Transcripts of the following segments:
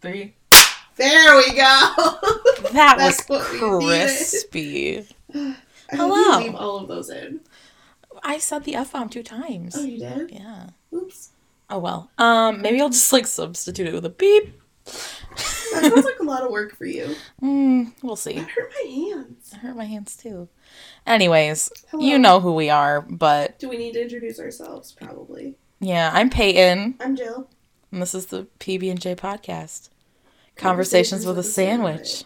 Three. There we go. That was That's what we needed. crispy. I hope you Hello. Leave all of those in. I said the F bomb two times. Oh, you did? Yeah. Oops. Oh well. Um, maybe I'll just like substitute it with a beep. That sounds like a lot of work for you. Mm, we'll see. I hurt my hands. I hurt my hands too. Anyways, Hello. you know who we are, but Do we need to introduce ourselves? Probably. yeah, I'm Peyton, I'm Jill. and this is the PB and J podcast. Conversations with a sandwich.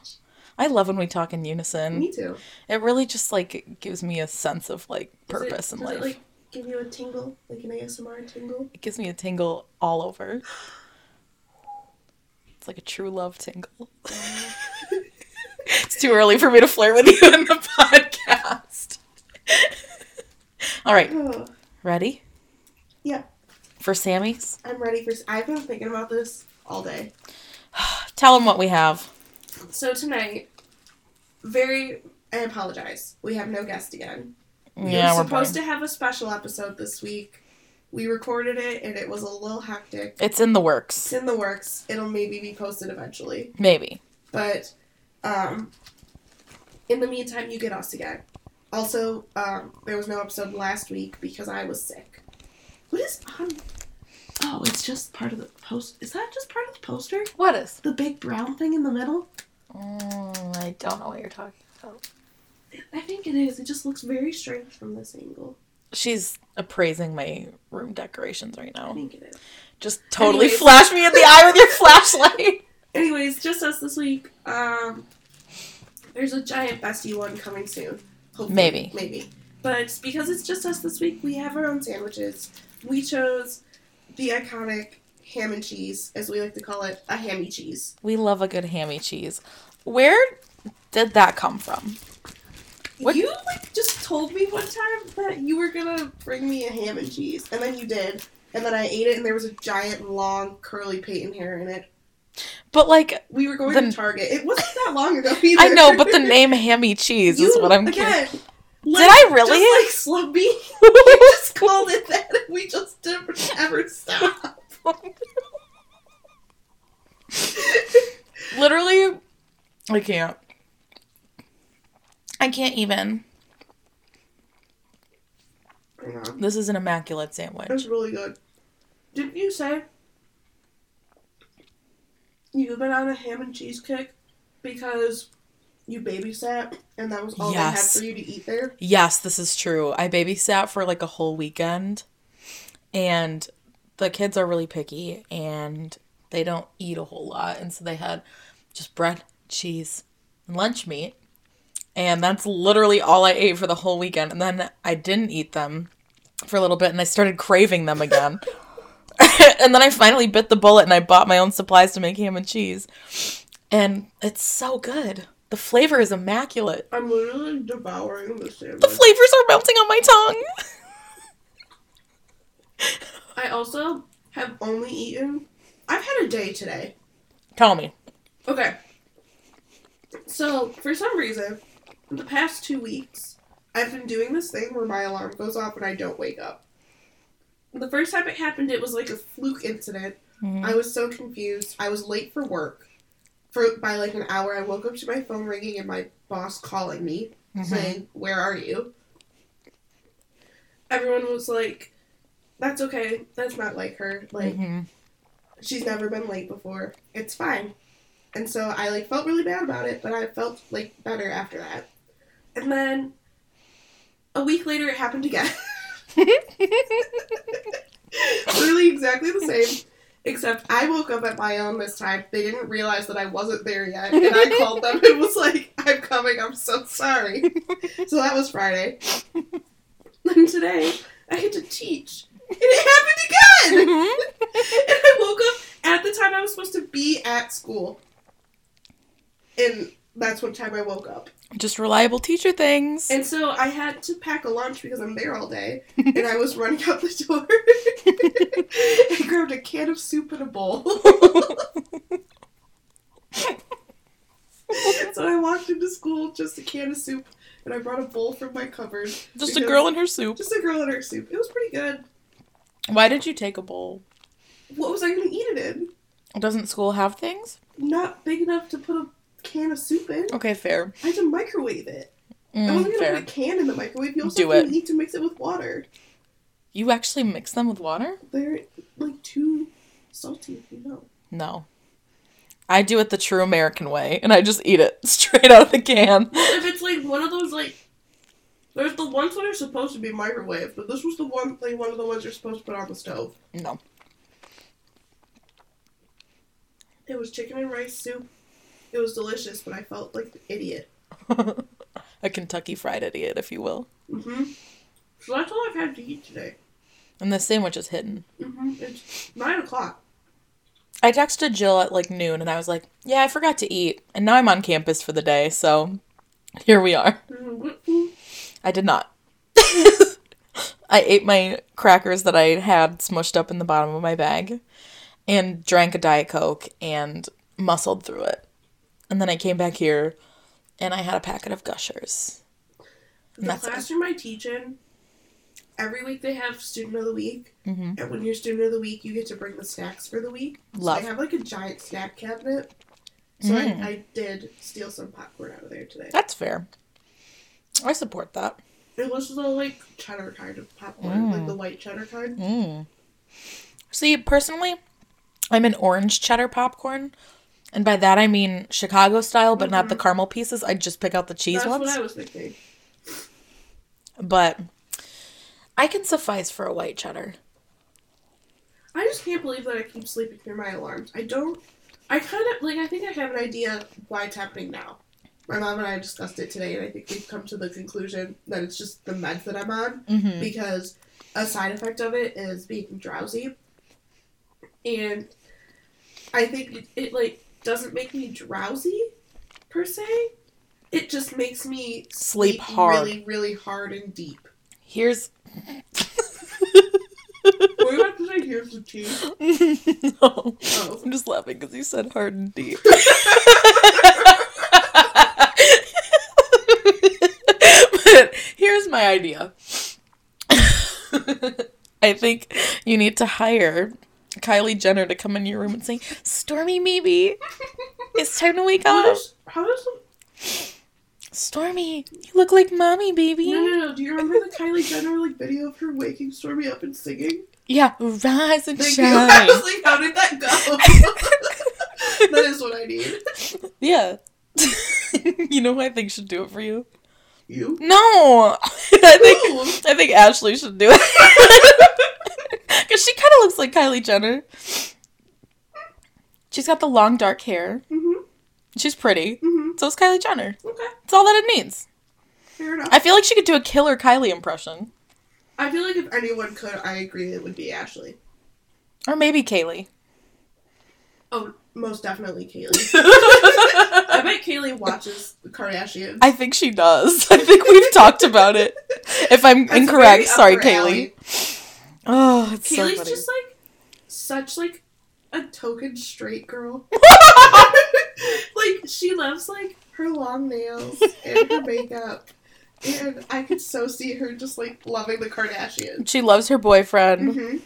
I love when we talk in unison. Me too. It really just like gives me a sense of like Does it- purpose in does life. It, like, give you a tingle, like an ASMR tingle. It gives me a tingle all over. It's like a true love tingle. it's too early for me to flirt with you in the podcast. all right, Oh, ready yeah, for Sammy's? I'm ready for. s- I've been thinking about this all day. Tell them what we have. So tonight, very. I apologize. We have no guest again. We yeah, were we're bored. supposed to have a special episode this week. We recorded it, and it was a little hectic. It's in the It's works, in the works. It'll maybe be posted eventually. maybe. But um, in the meantime, you get us again. Also, um, there was no episode last week because I was sick. What is on? Oh, it's just part of the post. Is that just part of the poster? What is? The big brown thing in the middle? Mm, I don't know what you're talking. I think it is. It just looks very strange from this angle. She's appraising my room decorations right I now. think it is. Just totally Anyways. flash me in the eye with your flashlight. Anyways, just us this week. Um, there's a giant bestie one coming soon. Hopefully. Maybe. Maybe. But because it's just us this week, we have our own sandwiches. We chose the iconic ham and cheese, as we like to call it, a hammy cheese. We love a good hammy cheese. Where did that come from? What- You like just told me one time that you were gonna bring me a ham and cheese, and then you did. And then I ate it, and there was a giant, long, curly Peyton hair in it. But like, We were going The- to Target. It wasn't that long ago either. I know, but the name hammy cheese is what I'm. again. Did I really? Just like Slumby, you just called it that, and we just didn't ever stop. Literally, I can't. I can't even. Hang on. This is an immaculate sandwich. That's really good. Didn't you say you've been on a ham and cheese kick because you babysat and that was all Yes. they had for you to eat there? Yes, this is true. I babysat for like a whole weekend, and the kids are really picky and they don't eat a whole lot. And so they had just bread, cheese, and lunch meat. And that's literally all I ate for the whole weekend. And then I didn't eat them for a little bit and I started craving them again. and then I finally bit the bullet and I bought my own supplies to make ham and cheese. And it's so good. The flavor is immaculate. I'm literally devouring the The sandwich. flavors are melting on my tongue. I also have only eaten. I've had a day today. Tell me. Okay. So, for some reason, in the past two weeks, I've been doing this thing where my alarm goes off and I don't wake up. The first time it happened, it was like a fluke incident. I was so confused. I was late for work for by like an hour. I woke up to my phone ringing and my boss calling me Mm-hmm. saying, "Where are you?" Everyone was like, "That's okay. That's not like her. Like Mhm. she's never been late before. It's fine. And so I like felt really bad about it, but I felt like better after that. And then a week later it happened again. Literally exactly the same. Except I woke up at my own this time. They didn't realize that I wasn't there yet. And I called them and was like, I'm coming, I'm so sorry. So that was Friday. And today I had to teach. And it happened again! and I woke up at the time I was supposed to be at school. And that's what time I woke up. Just reliable teacher things. And so I had to pack a lunch because I'm there all day. And I was running out the door. I grabbed a can of soup and a bowl. so I walked into school, just a can of soup, and I brought a bowl from my cupboard. Just a because- girl in her soup. Just a girl in her soup. It was pretty good. Why did you take a bowl? What was I going to eat it in? Doesn't school have things? not big enough to put a can of soup in. Okay, fair. I had to microwave it. I Mm, wasn't gonna fair. put a can in the microwave. You also Do have it. to need to mix it with water. You actually mix them with water? They're like too salty, you know. No. I do it the true American way, and I just eat it straight out of the can. if it's like one of those like there's the ones that are supposed to be microwave, but this was the one like one of the ones you're supposed to put on the stove. No. It was chicken and rice soup. It was delicious, but I felt like an idiot. a Kentucky fried idiot, if you will. Mm-hmm. So that's all I've had to eat today. And the sandwich is hidden. Mm-hmm. It's nine o'clock. I texted Jill at like noon and I was like, yeah, I forgot to eat. And now I'm on campus for the day, so here we are. Mhm. I did not. I ate my crackers that I had smushed up in the bottom of my bag and drank a Diet Coke and muscled through it. And then I came back here and I had a packet of gushers. And The that's it. classroom I teach in, every week they have student of the week, Mm-hmm. and when you're student of the week, you get to bring the snacks for the week. Love. Mm. So I have like a giant snack cabinet. So I, I did steal some popcorn out of there today. That's fair. I support that. It was the like cheddar kind of popcorn, like the white cheddar kind. Mm. See, personally, I'm an orange cheddar popcorn. And by that I mean Chicago style, but not the caramel pieces. I just pick out the cheese Mm-hmm. That's ones. what I was thinking. But I can suffice for a white cheddar. I just can't believe that I keep sleeping through my alarms. I don't. I kind of like. I think I have an idea why it's happening now. My mom and I discussed it today, and I think we've come to the conclusion that it's just the meds that I'm on Mm-hmm. because a side effect of it is being drowsy, and I think it, it like doesn't make me drowsy per se. It just makes me Sleep hard. really, really hard and deep. Here's What about the like, here's the tea? no. Oh. I'm just laughing because you said hard and deep. but here's my idea. I think you need to hire Kylie Jenner to come in your room and say, "Stormy, maybe it's time to wake How up." does, how does the Stormy, you look like mommy, baby. No, no, no. Do you remember the Kylie Jenner like video of her waking Stormy up and singing? Yeah, rise and Thank you. I shine. was like, how did that go? that is what I need. yeah. you know who I think should do it for you? You? No, I think Ooh. I think Ashley should do it because she kind of looks like Kylie Jenner. She's got the long dark hair. Mhm. She's pretty. Mhm. So is Kylie Jenner. Okay. That's all that it needs. Fair enough. I feel like she could do a killer Kylie impression, I feel like if anyone could, I agree it would be Ashley. or maybe Kaylee. Oh, most definitely Kaylee. I bet Kaylee watches the Kardashians. I think she does. I think we've talked about it. If I'm That's very incorrect, up sorry, her Kaylee. alley. Oh, it's so Kaylee's funny. just like such like a token straight girl. like she loves like her long nails and her makeup. And I could so see her just like loving the Kardashians. she loves her boyfriend, Mm-hmm.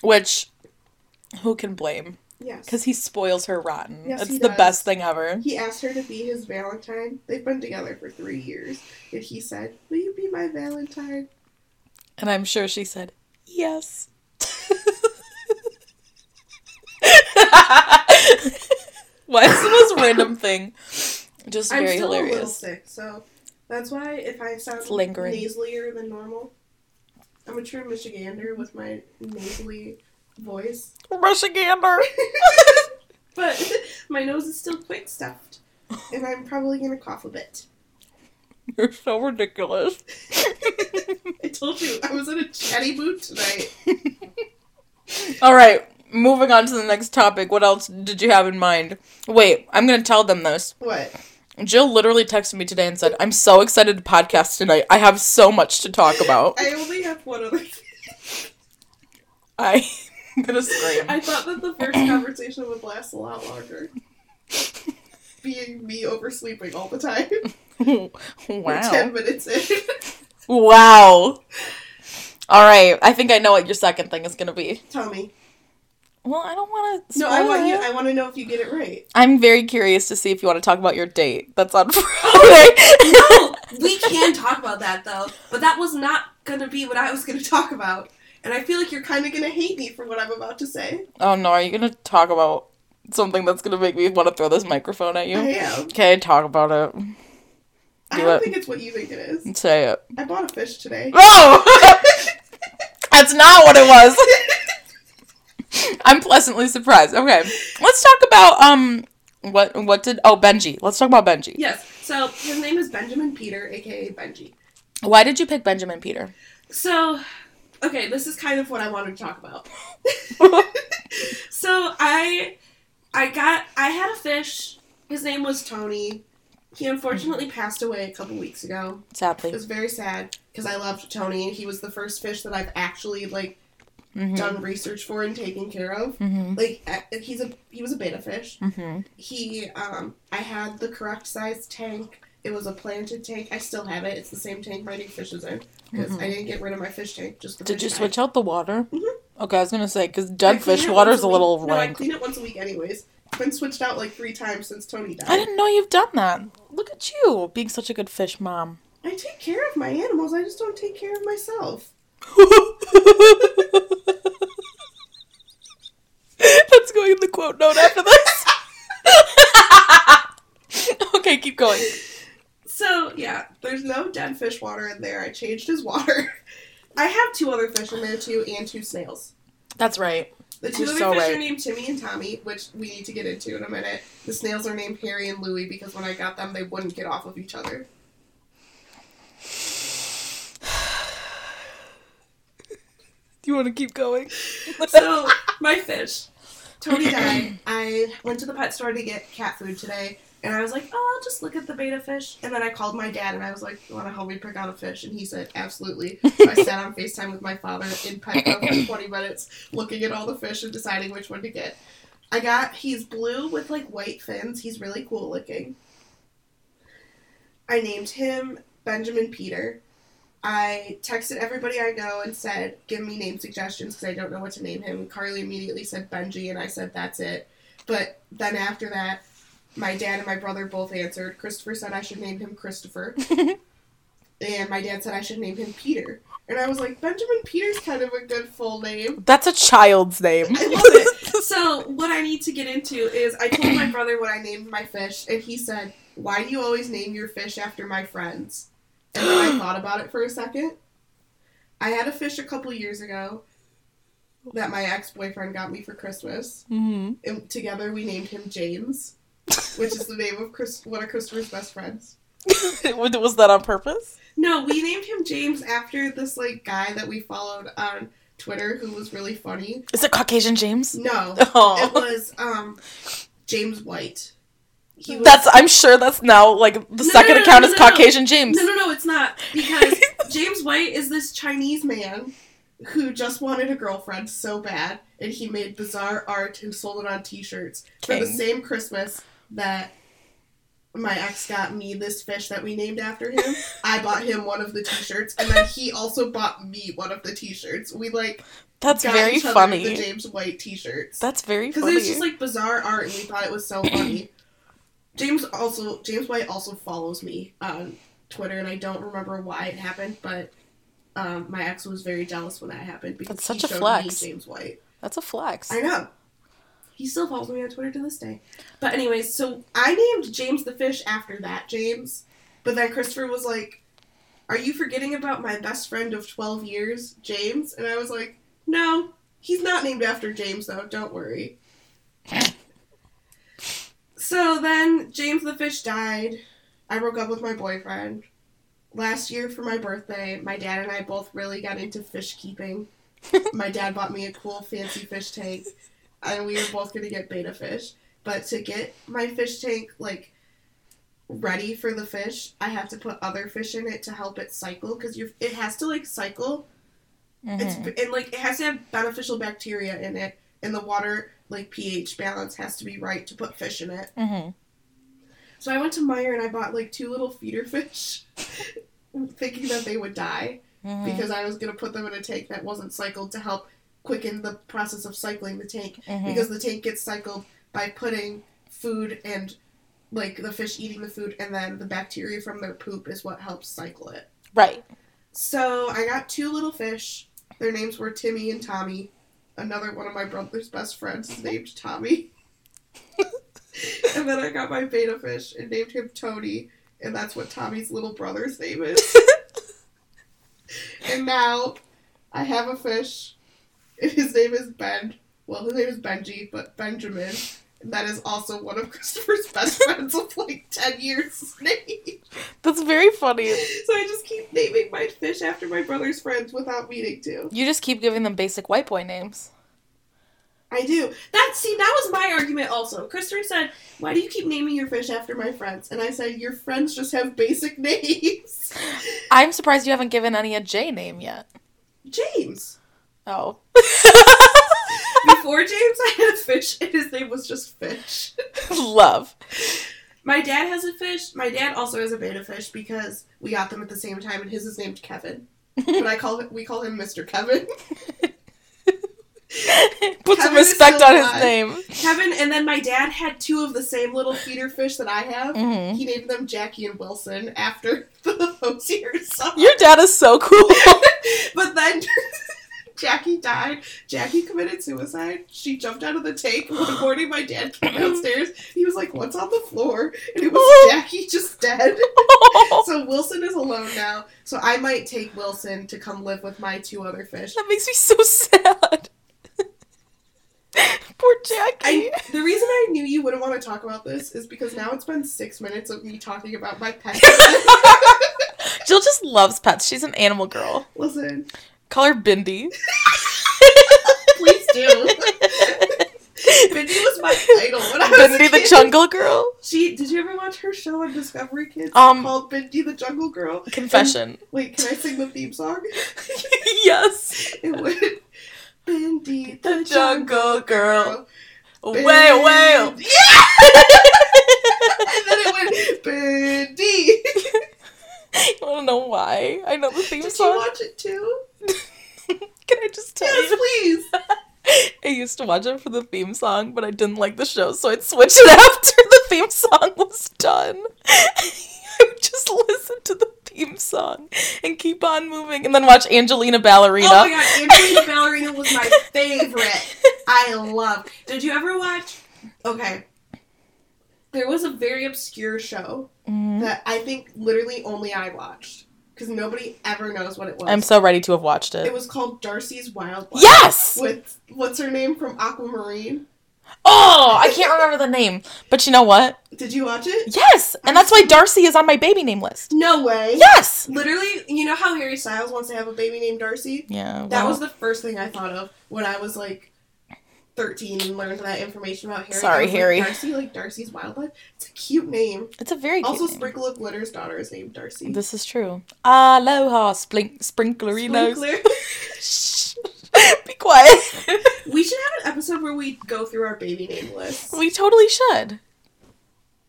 which who can blame? Yes. Because he spoils her rotten. Yes, That's he the does. best thing ever. He asked her to be his Valentine. They've been together for three years. And he said, Will you be my Valentine? And I'm sure she said, yes. Why is the most random thing just I'm very still a little hilarious? sick, so that's why if I sound It's lingering. nasalier than normal, I'm a true Michigander with my nasally voice. Russian gander. But my nose is still quite stuffed, and I'm probably gonna cough a bit. You're so ridiculous. I told you I was in a chatty mood tonight. All right, moving on to the next topic. What else did you have in mind? Wait, I'm going to tell them this. What? Jill literally texted me today and said, I'm so excited to podcast tonight. I have so much to talk about. I only have one other. thing. I'm going to scream. I thought that the first conversation would last a lot longer. Being me oversleeping all the time. We're Ten wow. minutes in. Wow. All right, I think I know what your second thing is going to be. Tell me. Well, I don't want to. No, uh, I want you. I want to know if you get it right. I'm very curious to see if you want to talk about your date. That's on Friday. no, we can talk about that though. But that was not going to be what I was going to talk about. And I feel like you're kind of going to hate me for what I'm about to say. oh no, are you gonna talk about something that's gonna make me want to throw this microphone I at you? am. Okay, talk about it. I Do don't it. think it's what you think it is. Say it. I bought a fish today. No, that's not what it was. I'm pleasantly surprised. Okay, let's talk about um what what did oh Benji. Let's talk about Benji. yes. So his name is Benjamin Peter, aka Benji. Why did you pick Benjamin Peter? So, okay, this is kind of what I wanted to talk about. so I, I got, I had a fish. His name was Tony. He unfortunately passed away a couple weeks ago. Sadly, It was very sad because I loved Tony and he was the first fish that I've actually like mm-hmm. done research for and taken care of. Mm-hmm. Like a- he's a he was a betta fish. Mm-hmm. He um I had the correct size tank. It was a planted tank. I still have it. It's the same tank my new fish is in because I didn't get rid of my fish tank. Just the Did fish you died. switch out the water? Mhm. Okay, I was gonna say because I dead clean fish it water's once a little week. No, I rank. clean it once a week, anyways. It's been switched out like three times since Tony died. I didn't know you've done that. Look at you being such a good fish mom. I take care of my animals. I just don't take care of myself. That's going in the quote note after this. okay, keep going. So yeah, there's no dead fish water in there. I changed his water. I have two other fish in there too, and two snails. That's right. The 2 You're other so fish right. are named Timmy and Tommy, which we need to get into in a minute. The snails are named Harry and Louie because when I got them, they wouldn't get off of each other. Do you want to keep going? So my fish, Tony died. I went to the pet store to get cat food today, and I was like, "Oh, I'll just look at the beta fish." And then I called my dad, and I was like, "You want to help me pick out a fish?" And he said, "Absolutely." So I sat on Facetime with my father in Petco for 20 minutes, looking at all the fish and deciding which one to get. I got he's blue with like white fins. He's really cool looking. I named him Benjamin Peter. I texted everybody I know and said, "Give me name suggestions because I don't know what to name him." Carly immediately said Benji, and I said, "That's it." But then after that, my dad and my brother both answered. Christopher said I should name him Christopher, and my dad said I should name him Peter. And I was like, Benjamin Peter's kind of a good full name. That's a child's name. I love it. so what I need to get into is I told my brother what I named my fish, and he said, "Why do you always name your fish after my friends?" And then I thought about it for a second. I had a fish a couple years ago that my ex boyfriend got me for Christmas, hmm and together we named him James, which is the name of Chris, one of Christopher's best friends. Was that on purpose? No, we named him James after this like guy that we followed on Twitter who was really funny. Is it Caucasian James? No, It Oh, was um James White. He was, that's. I'm sure that's now like the No, second no, no, account no, is no, no. Caucasian James. no, no, no. It's not because James White is this Chinese man who just wanted a girlfriend so bad, and he made bizarre art and sold it on T-shirts for the King. same Christmas that my ex got me this fish that we named after him. I bought him one of the T-shirts, and then he also bought me one of the T-shirts. We like That's got very each other the funny. James White T-shirts. That's very Because funny. it was just like bizarre art, and we thought it was so funny. James also James White also follows me on Twitter, and I don't remember why it happened, but um, my ex was very jealous when that happened because That's such he a showed flex. me James White. That's a flex. I know. He still follows me on Twitter to this day. But anyways, so I named James the fish after that James, but then Christopher was like, "Are you forgetting about my best friend of twelve years, James?" And I was like, "No, he's not named after James though. Don't worry." so then James the fish died. I broke up with my boyfriend. Last year for my birthday, my dad and I both really got into fish keeping. my dad bought me a cool fancy fish tank and we were both gonna get beta fish. But to get my fish tank like ready for the fish, I have to put other fish in it to help it cycle because you it has to like cycle. It's Mhm. and like it has to have beneficial bacteria in it, and the water like pH balance has to be right to put fish in it. Mhm. So I went to Meyer and I bought like two little feeder fish, thinking that they would die Mhm. because I was gonna put them in a tank that wasn't cycled to help quicken the process of cycling the tank because the tank gets cycled by putting food and like the fish eating the food and then the bacteria from their poop is what helps cycle it. Right. So I got two little fish. Their names were Timmy and Tommy. Another one of my brother's best friends is named Tommy. and then I got my beta fish and named him Tony, and that's what Tommy's little brother's name is. and now I have a fish, and his name is Ben. Well, his name is Benji, but Benjamin. And that is also one of Christopher's best friends of like 10 years' name That's very funny. so I just keep naming my fish after my brother's friends without meaning to. You just keep giving them basic white boy names. I do. That see, that was my argument also. Christopher said, Why do you keep naming your fish after my friends? And I said, Your friends just have basic names. I'm surprised you haven't given any a J name yet. James. Oh. Before James I had a fish and his name was just fish. Love. My dad has a fish. My dad also has a beta fish because we got them at the same time and his is named Kevin. But I call it we call him Mr. Kevin. Put some Kevin is respect so on his fun. name. Kevin and then my dad had two of the same little feeder fish that I have. Mhm. He named them Jackie and Wilson after the Hosier song. Your dad is so cool. But then Jackie died. Jackie committed suicide. She jumped out of the tank. One morning, my dad came downstairs. He was like, What's on the floor? And it was Jackie just dead. So Wilson is alone now. So I might take Wilson to come live with my two other fish. that makes me so sad. Poor Jackie. I, the reason I knew you wouldn't want to talk about this is because now it's been six minutes of me talking about my pet. Jill just loves pets. She's an animal girl. Listen, Call her Bindi. please do. Bindi was my idol when I was a Bindi the kid. Jungle Girl. She did you ever watch her show on Discovery Kids Um, called Bindi the Jungle Girl? Confession. Wait, can I sing the theme song? yes. It went Bindi the, The Jungle Jungle Girl. Girl. Whale, whale. Bindi. And then it went Bindi. I don't know why. I know the theme Did you song. watch it too? Can I just tell Yes, you? please. I used to watch it for the theme song, but I didn't like the show, so I'd switch it after the theme song was done. I would just listen to the theme song and keep on moving, and then watch Angelina Ballerina. Oh my god, Angelina Ballerina was my favorite. I love. Did you ever watch? Okay. There was a very obscure show Mm. that I think literally only I watched because nobody ever knows what it was. I'm so ready to have watched it. It was called Darcy's Wild Life. yes! With what's her name from Aquamarine? Oh, I can't remember the name, but you know what? Did you watch it? Yes, and that's why Darcy is on my baby name list. No way. Yes. Literally, you know how Harry Styles wants to have a baby named Darcy? Yeah. That well, was the first thing I thought of when I was like 13 and learned that information about Harry. Sorry, I was like, Harry. Darcy, like Darcy's wildlife. It's a cute name. It's a very cute also, name. Sprinkle of Glitter's daughter is named Darcy. This is true. Aloha, splink- sprinklerino. Sprinkler. Shh. Be quiet. we should have an episode where we go through our baby name list. we totally should.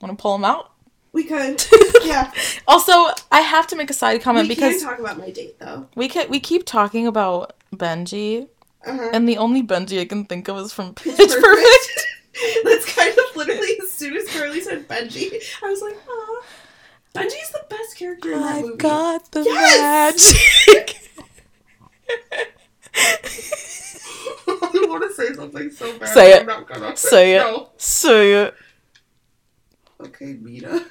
Want to pull them out? We could. Yeah. Also, I have to make a side we comment can because talk about my date though. we can, we keep talking about Benji, Uh-huh. and the only Benji I can think of is from Pitch It's Perfect. perfect. That's kind of literally as soon as Carly said Benji, I was like, aw. Benji's the best character in that I've movie. got the Yes! magic. I want to say something so bad. Say but it. I'm not gonna. Say it. No. so yeah. Okay, Mina.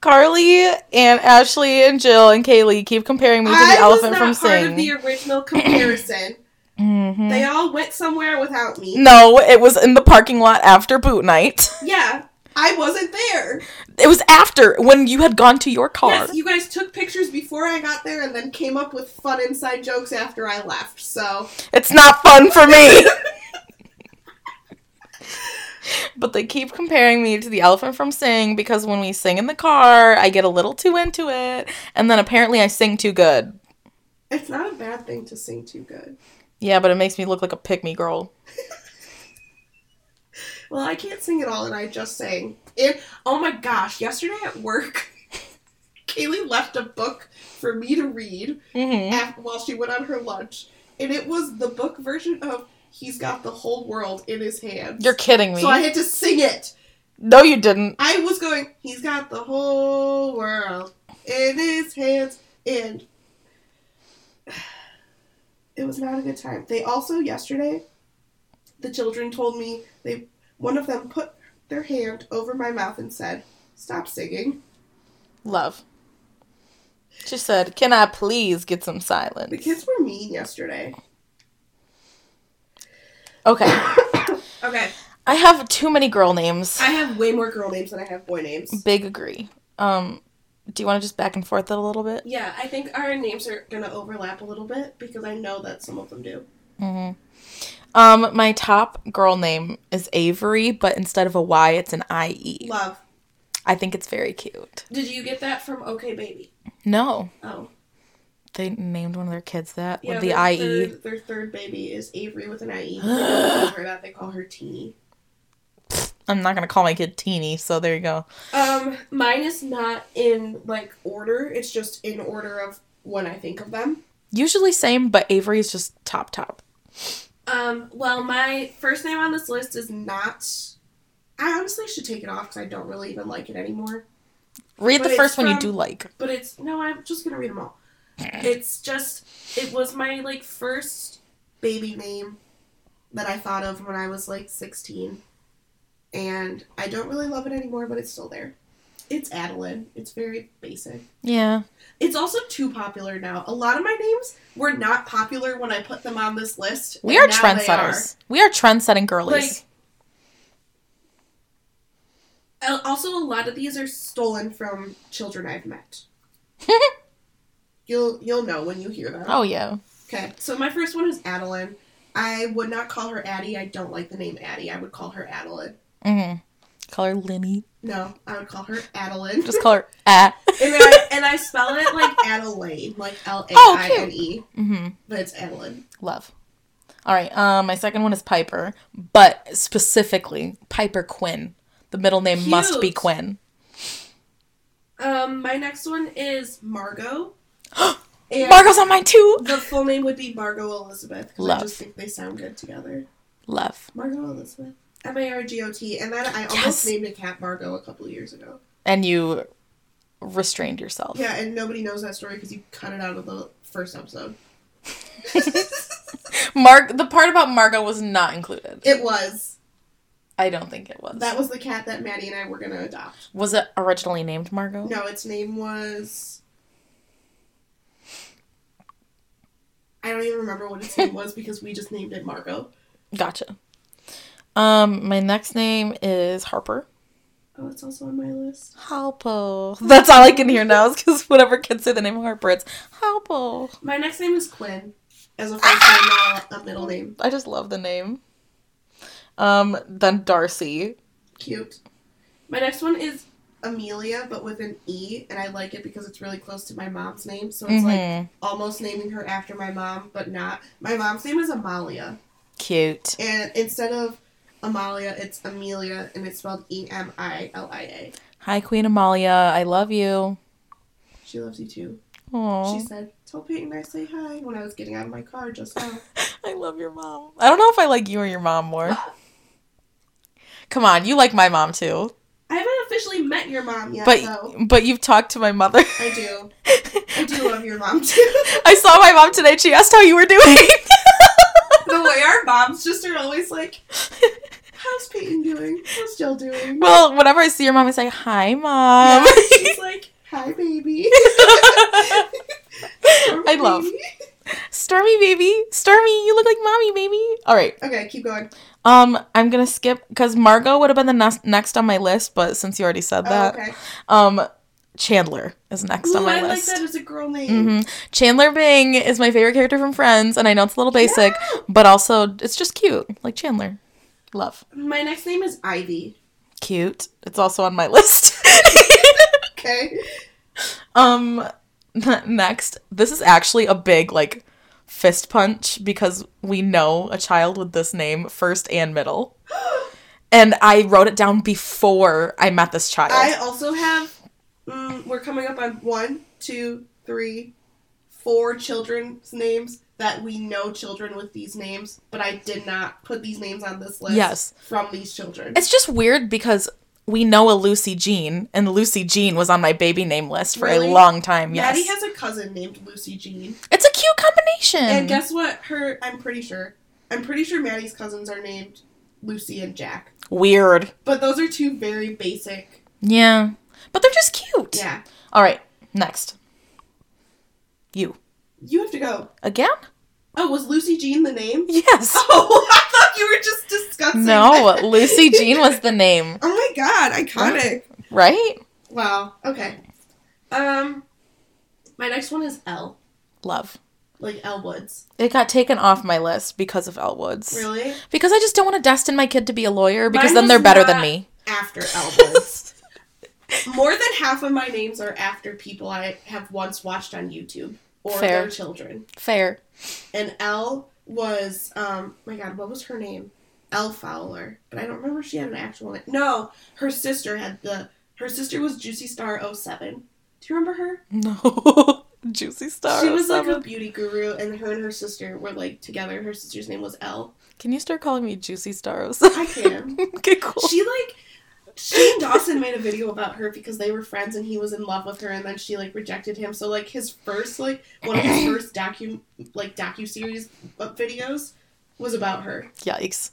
Carly and Ashley and Jill and Kaylee keep comparing me to the I elephant was not from part of Sing. the original comparison. Mhm. they all went somewhere without me. No, it was in the parking lot after boot night. Yeah, I wasn't there. It was after when you had gone to your car. Yes, you guys took pictures before I got there, and then came up with fun inside jokes after I left. So It's not fun for me. but they keep comparing me to the elephant from Sing because when we sing in the car, I get a little too into it. And then apparently I sing too good. it's not a bad thing to sing too good. Yeah, but it makes me look like a pick me girl. Well, I can't sing at all, and I just sang. It. Oh my gosh! Yesterday at work, Kaylee left a book for me to read Mm-hmm. af while she went on her lunch, and it was the book version of "He's Got the Whole World in His Hands." You're kidding me. so I had to sing it. no, you didn't. I was going, he's got the whole world in his hands, and it was not a good time. They also yesterday, the children told me they one of them put their hand over my mouth and said, "Stop singing." Love. She said, "Can I please get some silence?" The kids were mean yesterday. okay. Okay, I have too many girl names. I have way more girl names than I have boy names. Big agree. Um, do you want to just back and forth it a little bit? Yeah, I think our names are gonna overlap a little bit because I know that some of them do. Um, my top girl name is Avery, but instead of a Y, it's an I E. Love, I think it's very cute. did you get that from OK Baby? No, Oh. they named one of their kids that with the their I E. Third, their third baby is Avery with an E. IE. But they don't call her that. They call her Teeny. I'm not gonna call my kid Teeny, so there you go. Um, mine is not in like order. It's just in order of when I think of them. Usually same, but Avery is just top top. Um, well, my first name on this list is not. I honestly should take it off because I don't really even like it anymore. Read But the it's first one you from- do like. But it's no. I'm just gonna read them all. It's just it was my like first baby name that I thought of when I was like 16. And I don't really love it anymore, but it's still there. It's Adeline. It's very basic. Yeah. It's also too popular now. A lot of my names were not popular when I put them on this list. We and are now they trendsetters. We are trendsetting girlies. are. Al- Also, a lot of these are stolen from children I've met. you'll you'll know when you hear them. oh yeah. Okay, so my first one is Adeline. I would not call her Addie. I don't like the name Addie. I would call her Adeline. Mm-hmm. Call her Lenny. No, I would call her Adeline. Just call her Ah. and, I, and I spell it like Adelaide, like L A Oh, I cute. N E, Mm-hmm. but it's Adeline. Love. All right. Um, my second one is Piper, but specifically Piper Quinn. The middle name must be Cute. Quinn. Um, my next one is Margot. and Margot's on mine too. the full name would be Margot Elizabeth. 'cause I Love. just think they sound good together. Love. Margot Elizabeth. M A R G O T. And then I almost Yes. named a cat Margot a couple of years ago. And you restrained yourself. Yeah, and nobody knows that story because you cut it out of the first episode. Mark. The part about Margot was not included. It was. I don't think it was. That was the cat that Maddie and I were gonna adopt. was it originally named Margot? No, its name was. I don't even remember what its name was because we just named it Margot. Gotcha. Um, my next name is Harper. Oh, it's also on my list. Halpo. That's all I can hear now is because whenever kids say the name Harper, it's Halpo. My next name is Quinn, as a first name, not a middle name. I just love the name. Um, then Darcy. Cute. My next one is Amelia, but with an E, and I like it because it's really close to my mom's name, so it's like Mhm. almost naming her after my mom, but not. My mom's name is Amalia. Cute. And instead of Amalia, it's Amelia, and it's spelled E M I L I A. Hi, Queen Amalia. I love you. She loves you too. Aw. She said, Tell Peyton I say hi when I was getting out of my car just now. I love your mom. I don't know if I like you or your mom more. Come on, you like my mom too. I haven't officially met your mom yet, but though. but you've talked to my mother. I do. I do love your mom too. I saw my mom today. She asked how you were doing. the way our moms just are always like, How's Peyton doing? How's Jill doing? well, um, whenever I see your mom, I say, "Hi, mom." Yeah, she's like, Hi, baby. I love. Baby. Stormy, baby. Stormy, you look like mommy, baby. All right. Okay, keep going. Um, I'm gonna skip because Margot would have been the next next on my list, but since you already said Oh, that, okay. um, Chandler is next on Ooh, my I list. like that as a girl name. hmm Chandler Bing is my favorite character from Friends, and I know it's a little basic, Yeah. but also it's just cute, like Chandler. Love, My next name is Ivy. cute. It's also on my list. Okay. um, next, this is actually a big like fist punch because we know a child with this name first and middle. And I wrote it down before I met this child. I also have mm, we're coming up on one, two, three, four children's names that we know children with these names, but I did not put these names on this list Yes. from these children. It's just weird because we know a Lucy Jean, and Lucy Jean was on my baby name list for Really? a long time. Yes, Maddie has a cousin named Lucy Jean. it's a cute combination. And guess what? Her, I'm pretty sure. I'm pretty sure Maddie's cousins are named Lucy and Jack. weird. But those are two very basic. Yeah, but they're just cute. Yeah. All right, next. You You have to go. again? Oh, was Lucy Jean the name? Yes. Oh, I thought you were just discussing. No, that. Lucy Jean was the name, Oh my god, iconic. right? Wow. Okay. Um, my next one is L, Love. like L Woods. It got taken off my list because of Elwoods. Really? Because I just don't want to destine my kid to be a lawyer because Mine then was they're better than not- me. After L Woods. More than half of my names are after people I have once watched on YouTube or Fair. their children. Fair. and Elle was um my god, what was her name? Elle Fowler, but I don't remember if she had an actual name. No, her sister had the her sister was Juicy Star 07. Do you remember her? No. Juicy Star. she was like 07. a beauty guru, and her and her sister were like together. Her sister's name was Elle. Can you start calling me Juicy Star? I can. okay, cool. she like she and Dawson made a video about her because they were friends and he was in love with her and then she like rejected him. So like his first like one of his first docu like docu series videos was about her. Yikes.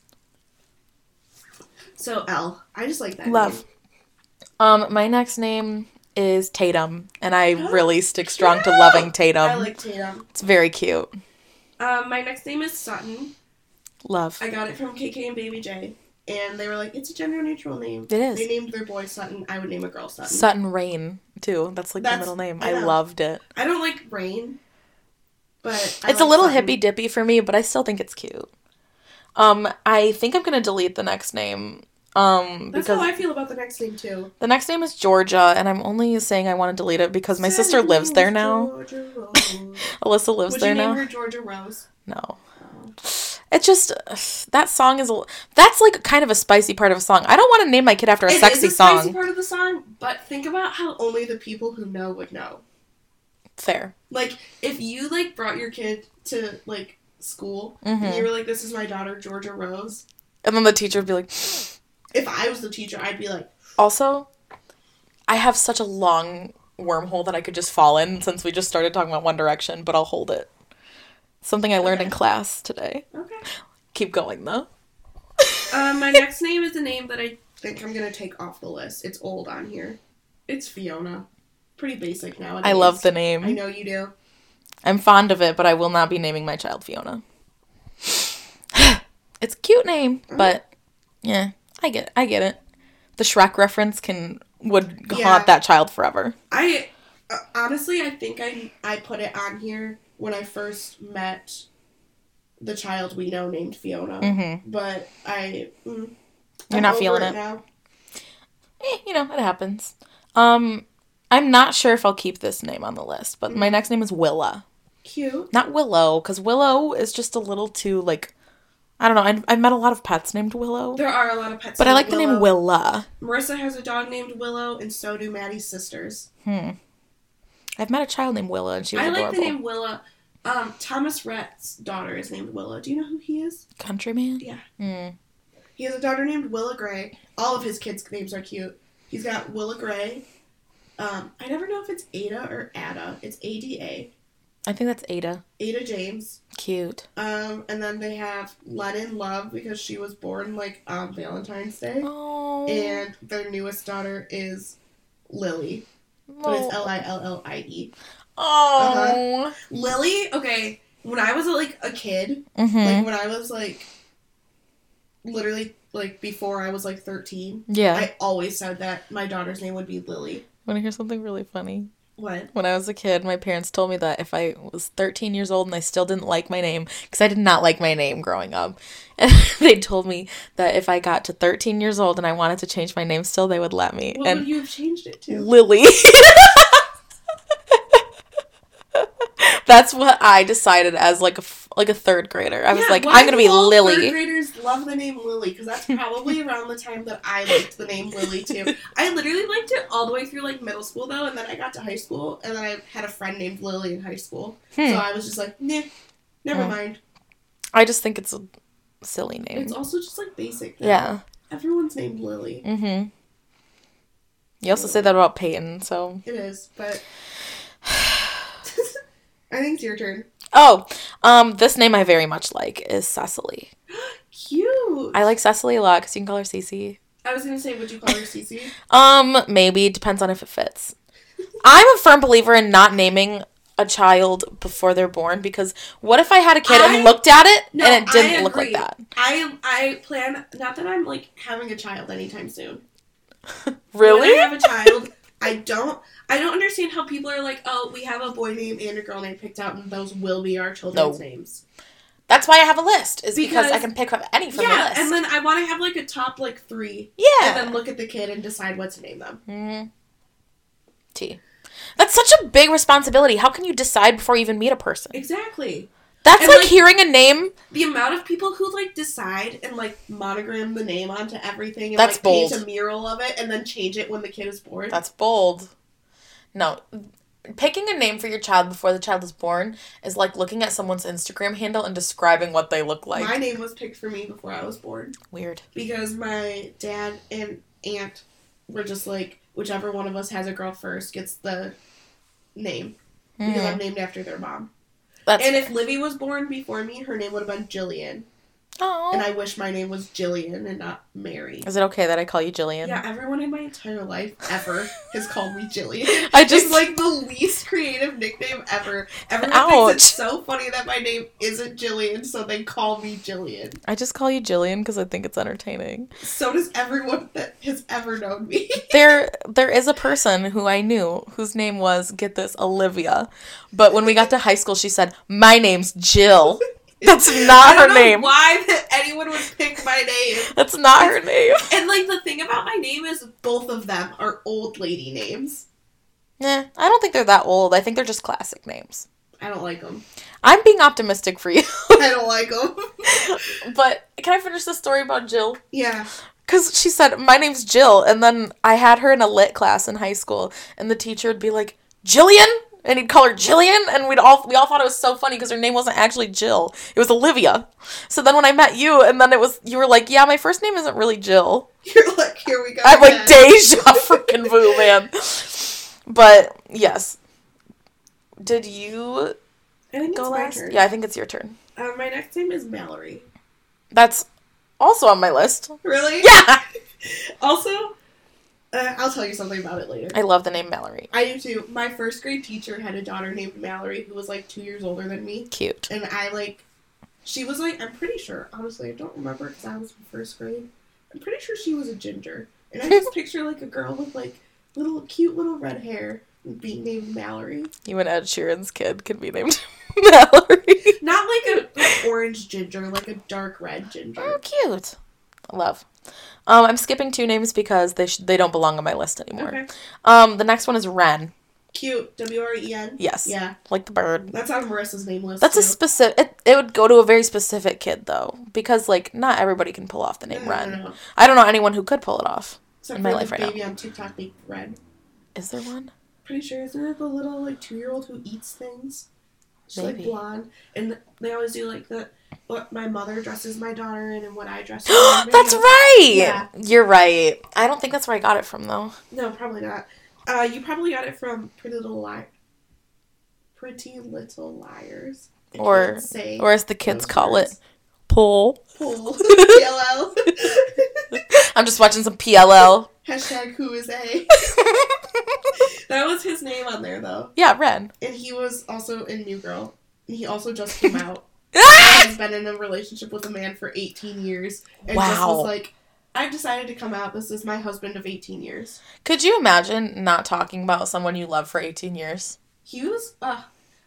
So L. I just like that. Love. name. Um, my next name is Tatum, and I really stick strong to Cute! loving Tatum. I like Tatum. it's very cute. Um, my next name is Sutton. Love. I got it from KK and Baby J, and they were like, "It's a gender neutral name." It is. They named their boy Sutton. I would name a girl Sutton. Sutton Rain, too. That's like the That's- middle name. I I, know. loved it. I don't like Rain, but I it's a like little Sutton. hippy dippy for me, but I still think it's cute. Um, I think I'm gonna delete the next name. Um, That's because how I feel about the next name too. the next name is Georgia, and I'm only saying I want to delete it because my sister Sutton lives is there now. Georgia Rose. Alyssa lives would you there name now. her Georgia Rose? No. It's just ugh, that song is a l- that's like kind of a spicy part of a song. I don't want to name my kid after a It is sexy a song. spicy part of the song, but think about how only the people who know would know. Fair. Like if you like brought your kid to like school and Mhm. you were like, "This is my daughter Georgia Rose." And then the teacher would be like, If I was the teacher, I'd be like, "Also, I have such a long wormhole that I could just fall in since we just started talking about One Direction, but I'll hold it." Something I learned in Okay. class today. "Okay." Keep going though. Um, my next name is a name that I think I'm gonna take off the list. It's old on here. It's Fiona. Pretty basic nowadays. I love the I name. know you do. I'm fond of it, but I will not be naming my child Fiona. it's a cute name, Mm-hmm. but yeah, I get I get it. The Shrek reference can would Yeah. haunt that child forever. I uh, honestly, I think I I put it on here when I first met the child we know named Fiona. Mhm. But I, mm, You're I'm not over feeling it. now. Eh, you know, it happens. Um I'm not sure if I'll keep this name on the list, but Mm-hmm. my next name is Willa. Cute. Not Willow, because Willow is just a little too like I don't know. I I've met a lot of pets named Willow, There are a lot of pets. but I named like the name Willa. Marissa has a dog named Willow, and so do Maddie's sisters. Hmm. I've met a child named Willa, and she was I adorable. like the name Willa. Um, Thomas Rhett's daughter is named Willa. Do you know who he is? Countryman. Yeah. Mm. He has a daughter named Willa Gray. All of his kids' names are cute. He's got Willa Gray. Um, I never know if it's Ada or Ada. It's ADA. I think that's Ada. Ada James. Cute. Um, and then they have Lennon Love because she was born like on Valentine's Day. Oh. And their newest daughter is Lily. But it's L I L L I E. Oh. Uh-huh. Lily, okay, when I was like a kid, hmm like when I was like literally like before I was like 13, Yeah. I always said that my daughter's name would be Lily. Want to hear something really funny? What? When I was a kid, my parents told me that if I was 13 years old and I still didn't like my name, because I did not like my name growing up, and they told me that if I got to 13 years old and I wanted to change my name still, they would let me. What would and you have changed it to? Lily. That's what I decided as like a f- like a third grader. I was Yeah, like, why I'm gonna do be all Lily. Third graders love the name Lily because that's probably around the time that I liked the name Lily too. I literally liked it all the way through like middle school though, and then I got to high school, and then I had a friend named Lily in high school, so Hmm. I was just like, nah, never Mm. mind. I just think it's a silly name. It's also just like basic. though. yeah. everyone's named Lily. Mm-hmm. You also say that about Peyton, so It is, but I think it's your turn. Oh, um, this name I very much like is Cecily. Cute. I like Cecily a lot because you can call her Cece. I was gonna say, would you call her Cece? Um, maybe depends on if it fits. I'm a firm believer in not naming a child before they're born because what if I had a kid I- and looked at it No, and it I didn't look like agree. that? I I plan not that I'm like having a child anytime soon. Really? When I have a child. I don't. I don't understand how people are like, oh, we have a boy name and a girl name picked out, and those will be our children's No. names. That's why I have a list. Is because, I Because- can pick up any from the yeah, list. and then I want to have like a top like three, and yeah. then look at the kid and decide what to name them. Mhm. T. That's such a big responsibility. How can you decide before you even meet a person? Exactly. That's and, like, like- hearing a name. The amount of people who like decide and like monogram the name onto everything and That's like bold. paint a mural of it and then change it when the kid is born. That's bold. No. Picking a name for your child before the child is born is like looking at someone's Instagram handle and describing what they look like. My name was picked for me before I was born. Weird. because my dad and aunt were just like whichever one of us has a girl first gets the name because Mm. I'm named after their mom. That's and if Livy was born before me, her name would have been Jillian, and oh. I wish my name was Jillian and not Mary. Is it okay that I call you Jillian? Yeah, everyone in my entire life ever has called me Jillian. I just- it's like the least creative nickname ever. Everyone Ouch. thinks it's so funny that my name isn't Jillian, so they call me Jillian. I just call you Jillian because I think it's entertaining. So does everyone that has ever known me. there there is a person who I knew whose name was get this Olivia, but when we got to high school, she said my name's Jill. That's I not don't her know name. Why that anyone would pick my name? That's not her name. And like the thing about my name is both of them are old lady names. Nah, I don't think they're that old. I think they're just classic names. I don't like them. I'm being optimistic for you. I don't like them. but can I finish the story about Jill? yeah. Because she said, My name's Jill. And then I had her in a lit class in high school. And the teacher would be like, Jillian? And he'd call her Jillian. And we'd all, we all thought it was so funny because her name wasn't actually Jill. It was Olivia. So then when I met you, and then it was, you were like, Yeah, my first name isn't really Jill. You're like, here we go. I'm like, again. Deja freaking vu, man. But yes. Did you I think go it's last? my turn. Yeah, I think it's your turn. Uh, my next name is Mallory. That's also on my list. Really? Yeah! Also, uh, I'll tell you something about it later. I love the name Mallory. I do too. My first grade teacher had a daughter named Mallory who was like two years older than me. Cute. and I like, she was like, I'm pretty sure. Honestly, I don't remember because I was in first grade. I'm pretty sure she was a ginger, and I just picture like a girl with like little cute little red hair being named Mallory, You and Ed Sheeran's kid could be named Mallory. not like a like, orange ginger, like a dark red Oh, ginger. cute. Love. Um, I'm skipping two names because they sh- they don't belong on my list anymore. Okay, Um, the next one is Wren. cute. W R E N. Yes, Yeah, like the bird. that's on Marissa's name list. That's too. a specific. It, it would go to a very specific kid though, because like not everybody can pull off the No, name no, Wren. no, no. I don't know anyone who could pull it off. Except in my for life the right now. baby on TikTok named Red. Is there one? Pretty sure isn't it the little like two year old who eats things? She's like Maybe. blonde, and they always do like the what my mother dresses my daughter in and what I dress. her in. that's right. Oh, Yeah. You're right. I don't think that's where I got it from though. No, probably not. Uh, you probably got it from Pretty Little Li- Pretty Little Liars. I Or- can't say Or as the kids those call it, words. pull. Pull. PLL. I'm just watching some PLL. Hashtag who is A. That was his name on there though, yeah, Wren. and he was also in New Girl. And he also just came out. has been in a relationship with a man for 18 years and just Wow. was like, I've decided to come out. This is my husband of 18 years. Could you imagine not talking about someone you love for 18 years? He was, uh,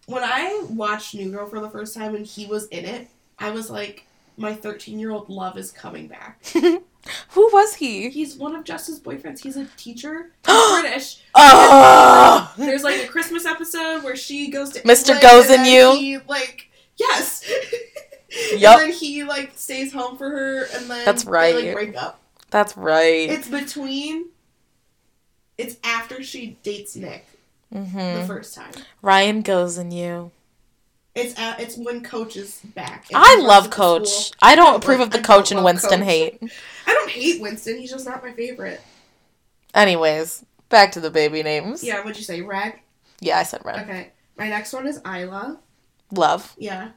when I watched New Girl for the first time and he was in it, I was like, my 13 year old love is coming back. Who was he? He's one of Jess's boyfriends. He's a teacher. He's British. Oh! There's like a Christmas episode where she goes to Mr. England Goes and and then You. He, like yes. Yup. And then he like stays home for her, and then That's they, right. like break up. That's right. It's between. It's after she dates Nick the hmm first time. Ryan goes in you. It's at, it's when Coach is back. and I he love works at the Coach. school. I I don't don't approve like- of the I Coach don't love and Winston Coach. hate. I don't hate Winston. He's just not my favorite. Anyways, back to the baby names. Yeah, what'd you say, Rag? Yeah, I said red. Okay. My next one is Isla. Love. Yeah.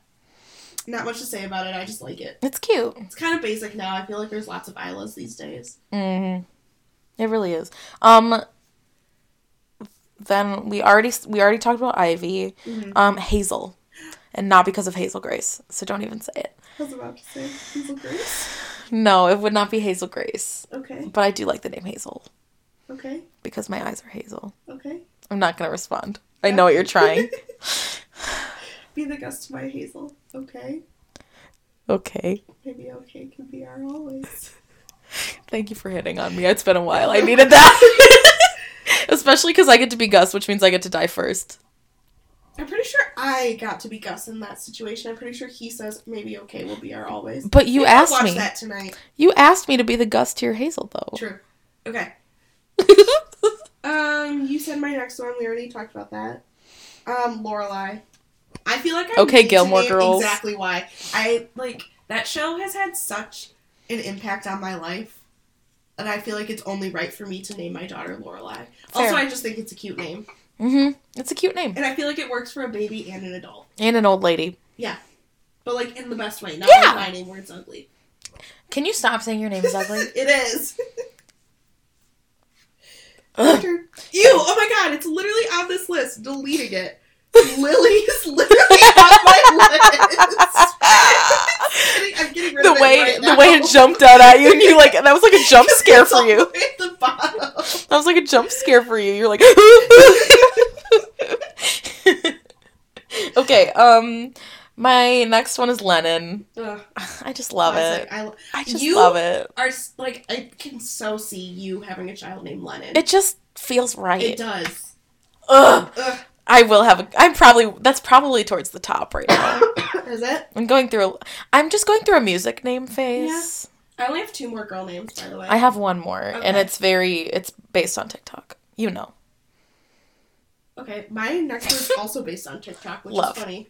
Not much to say about it. I just like it. It's cute. It's kind of basic now. I feel like there's lots of Islas these days. hmm It really is. Um. Then we already we already talked about Ivy, Mhm. um, Hazel, and not because of Hazel Grace. So don't even say it. I was about to say Hazel Grace. No, it would not be Hazel Grace. Okay. But I do like the name Hazel Okay. because my eyes are hazel. Okay. I'm not gonna respond. I know what you're trying. Be the guest to my Hazel. Okay. okay. Maybe okay can be our always. Thank you for hitting on me. It's been a while. I needed that. Especially because I get to be Gus, which means I get to die first. I'm pretty sure I got to be Gus in that situation. I'm pretty sure he says maybe okay will be our always. But you Maybe I'll asked watch me. that tonight. You asked me to be the Gus to your Hazel, though. True. Okay. Um, you said my next one. We already talked about that. Um, Lorelai. I feel like I Okay, need to Gilmore name Girls. Exactly why I like that show has had such an impact on my life, and I feel like it's only right for me to name my daughter Lorelai. Fair. Also, I just think it's a cute name, hmm It's a cute name and I feel like it works for a baby and an adult, and an old lady. but like in the best way, not Yeah. like my name where it's ugly. Can you stop saying your name is ugly? it is. Ugh. Ew! Oh my god, it's literally on this list. Deleting it. Lily's literally on my list. I'm getting rid the of way it right the now. way it jumped out at you, and you like that was like a jump scare It's for all you. the way at the bottom. That was like a jump scare for you. You're like, okay. Um, my next one is Lennon. Ugh, I just love I was it. like, I lo- I just you- love it. are s- like I can so see you having a child named Lennon. It just feels right. It does. Ugh. Ugh. I will have. A, I'm probably that's probably towards the top right now. Is it? I'm going through. A, I'm just going through a music name phase. I only have two more girl names, by the way. I have one more, and Okay. it's very. It's based on TikTok. You know, okay, my next one is also based on TikTok, which Love. is funny.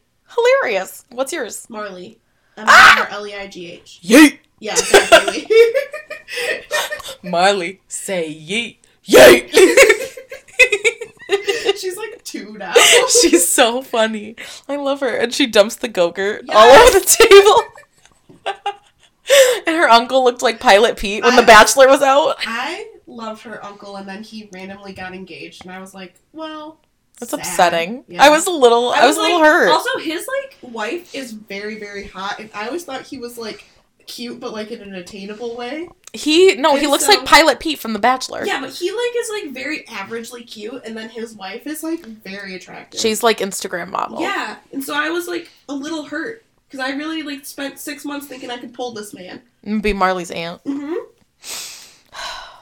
hilarious. What's yours? Marley. M Ah! I R L E I G H. Yeet. Yeah, definitely. Marley, say yeet. Yeet! She's like two now. She's so funny. I love her. And she dumps the go gurt Yes. all over the table. and her uncle looked like Pilot Pete when The I- Bachelor was out. I loved her uncle, and then he randomly got engaged, and I was like, well. That's sad. upsetting. Yeah. I was a little, I was, a little like- hurt. Also, his like wife is very, very hot, and I always thought he was like cute, but like in an attainable way. he, no, he and looks so- like Pilot Pete from The Bachelor. Yeah, but he like is like very averagely cute, and then his wife is like very attractive. She's like Instagram model. yeah, and so I was like a little hurt because I really like spent six months thinking I could pull this man. And Be Marley's aunt. Mm-hmm.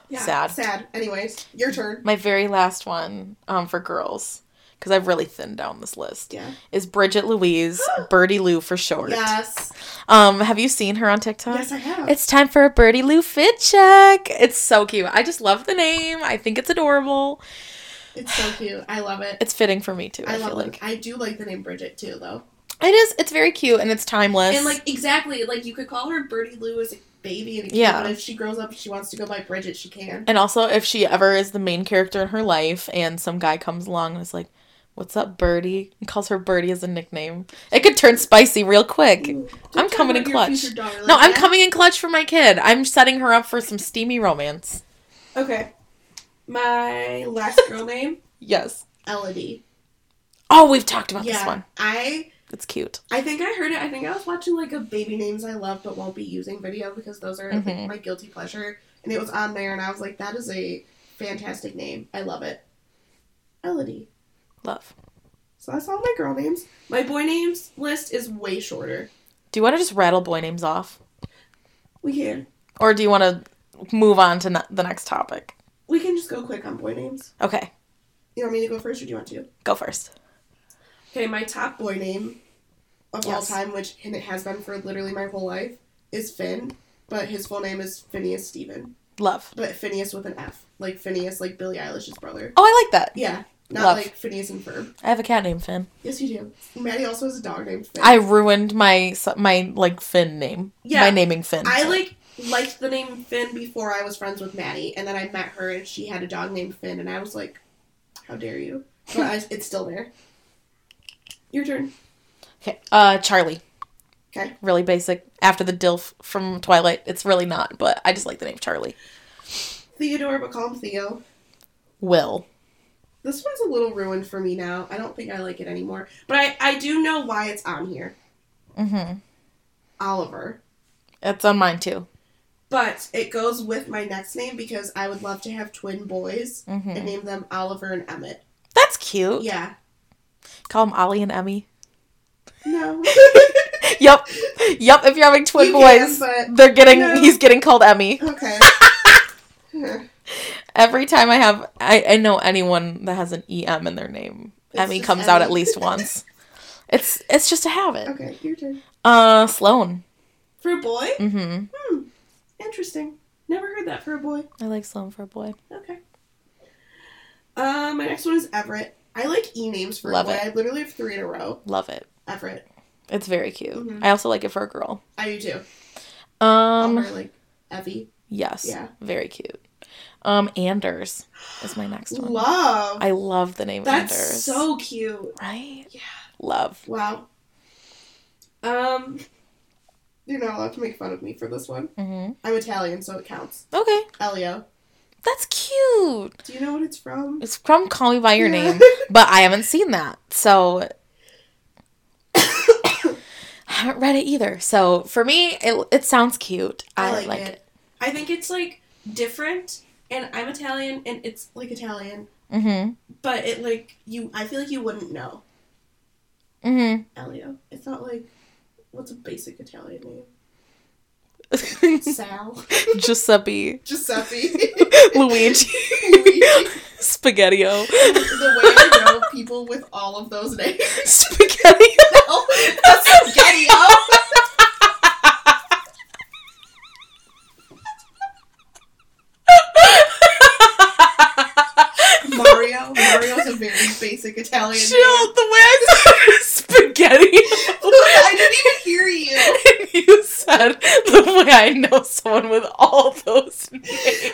Yeah, Sad. Sad. Anyways, your turn. My very last one um, for girls, because I've really thinned down this list, Yeah. is Bridget Louise, Birdie Lou for short. Yes. Um, have you seen her on TikTok? Yes, I have. It's time for a Birdie Lou fit check. It's so cute. I just love the name. I think it's adorable. It's so cute. I love it. It's fitting for me too. I, I love feel it. like I do like the name Bridget too, though. it is. It's very cute and it's timeless. And like exactly, like you could call her Birdie Lou as a baby and a kid, Yeah. but if she grows up, and she wants to go by Bridget. She can. And also, if she ever is the main character in her life, and some guy comes along and is like, "What's up, Birdie?" and calls her Birdie as a nickname, it could turn spicy real quick. Ooh, I'm don't talk coming in about your clutch. future daughter no, like I'm that. coming in clutch for my kid. I'm setting her up for some steamy romance. Okay, my last girl name Yes. Elodie. Oh, we've talked about yeah, this one. I It's cute. I think I heard it. I think I was watching like a baby names I love but won't be using video because those are like, Mhm. my guilty pleasure, and it was on there, and I was like, that is a fantastic name. I love it. Elodie. Love. So that's all my girl names. My boy names list is way shorter. Do you want to just rattle boy names off? We can Or do you want to move on to ne- the next topic? we can just go quick on boy names. Okay, You want me to go first, or do you want to? go first. Okay, my top boy name. of Yes. all time, which and it has been for literally my whole life, is Finn, but his full name is Phineas Stephen, Love. but Phineas with an F, like Phineas, like Billie Eilish's brother. Oh, I like that. Yeah, not Love. like Phineas and Ferb. I have a cat named Finn. Yes, you do. Maddie also has a dog named Finn. I ruined my my like Finn name. Yeah. My naming Finn. I like liked the name Finn before I was friends with Maddie, and then I met her and she had a dog named Finn, and I was like, "How dare you?" But I, it's still there. Your turn. Okay. Uh, Charlie. Okay. Really basic. After the Dilf from Twilight, it's really not, but I just like the name Charlie. Theodore, but call him Theo. Will. This one's a little ruined for me now. I don't think I like it anymore, but I I do know why it's on here. Mm-hmm. Oliver. It's on mine too. But it goes with my next name because I would love to have twin boys and Mm-hmm. name them Oliver and Emmett. That's cute. Yeah. Call them Ollie and Emmy. No. Yup. Yup. If you're having twin You can, boys, but- they're getting. No. He's getting called Emmy. okay. Every time I have, I, I know anyone that has an EM in their name. It's Emmy just comes out at Emmy. least once. It's it's just a habit. okay, your turn. Uh, Sloan. For a boy? Mm-hmm. Hmm. Interesting. Never heard that for a boy. I like Sloan for a boy. Okay. Uh, my next one is Everett. I like e names for Love a boy. it. I literally have three in a row. Love it. Everett. It's very cute. Mhm. I also like it for a girl. I do too. Um, Or, like Evie. yes. Yeah. Very cute. Um, Anders is my next one. Love. I love the name That's Anders. so cute. right? Yeah. Love. Wow. Um, you're not allowed to make fun of me for this one. Mm-hmm. I'm Italian, so it counts. Okay. Elio. That's cute. Do you know what it's from? It's from Call Me by Your Yeah. Name, but I haven't seen that, so I haven't read it either. So for me, it, it sounds cute. I, like, it. I think it's like different, and I'm Italian, and it's like Italian, Mm-hmm. but it like you. I feel like you wouldn't know Mm-hmm. Elio. It's not like what's a basic Italian name? Mm-hmm. Sal, Giuseppe, Giuseppe, Luigi, Luigi. Spaghettio, The way I know people with all of those names. Oh, Spaghettio. That's spaghetti. Mario. Mario's a very basic Italian. Chill, the way I said spaghetti. I didn't even hear you. you said the way I know someone with all those names.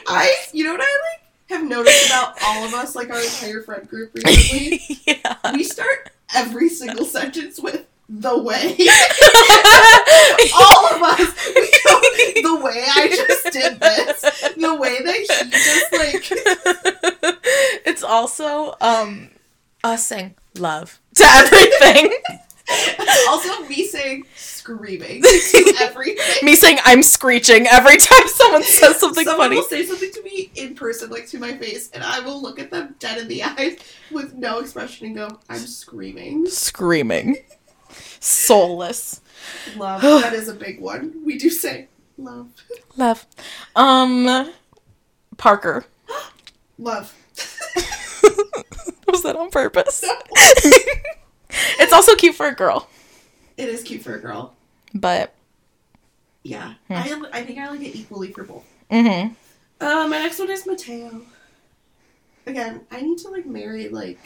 I, you know what I like have noticed about all of us, like our entire friend group recently, yeah. we start every single sentence with the way. oh, all of us. We go, the way I just did this. The way that he just like it's also um us saying love to everything. Also, me saying screaming to everything. Me saying I'm screeching every time someone says something Someone funny. will say something to me in person, like to my face, and I will look at them dead in the eyes with no expression and go, "I'm screaming." Screaming. Soulless. Love. that is a big one. We do say love, Love. Um Parker. love. Was that on purpose? it's also cute for a girl, it is cute for a girl. but Yeah, Hmm. I I think I like it equally for both. mhm. Uh, my next one is Mateo. Again, I need to like marry like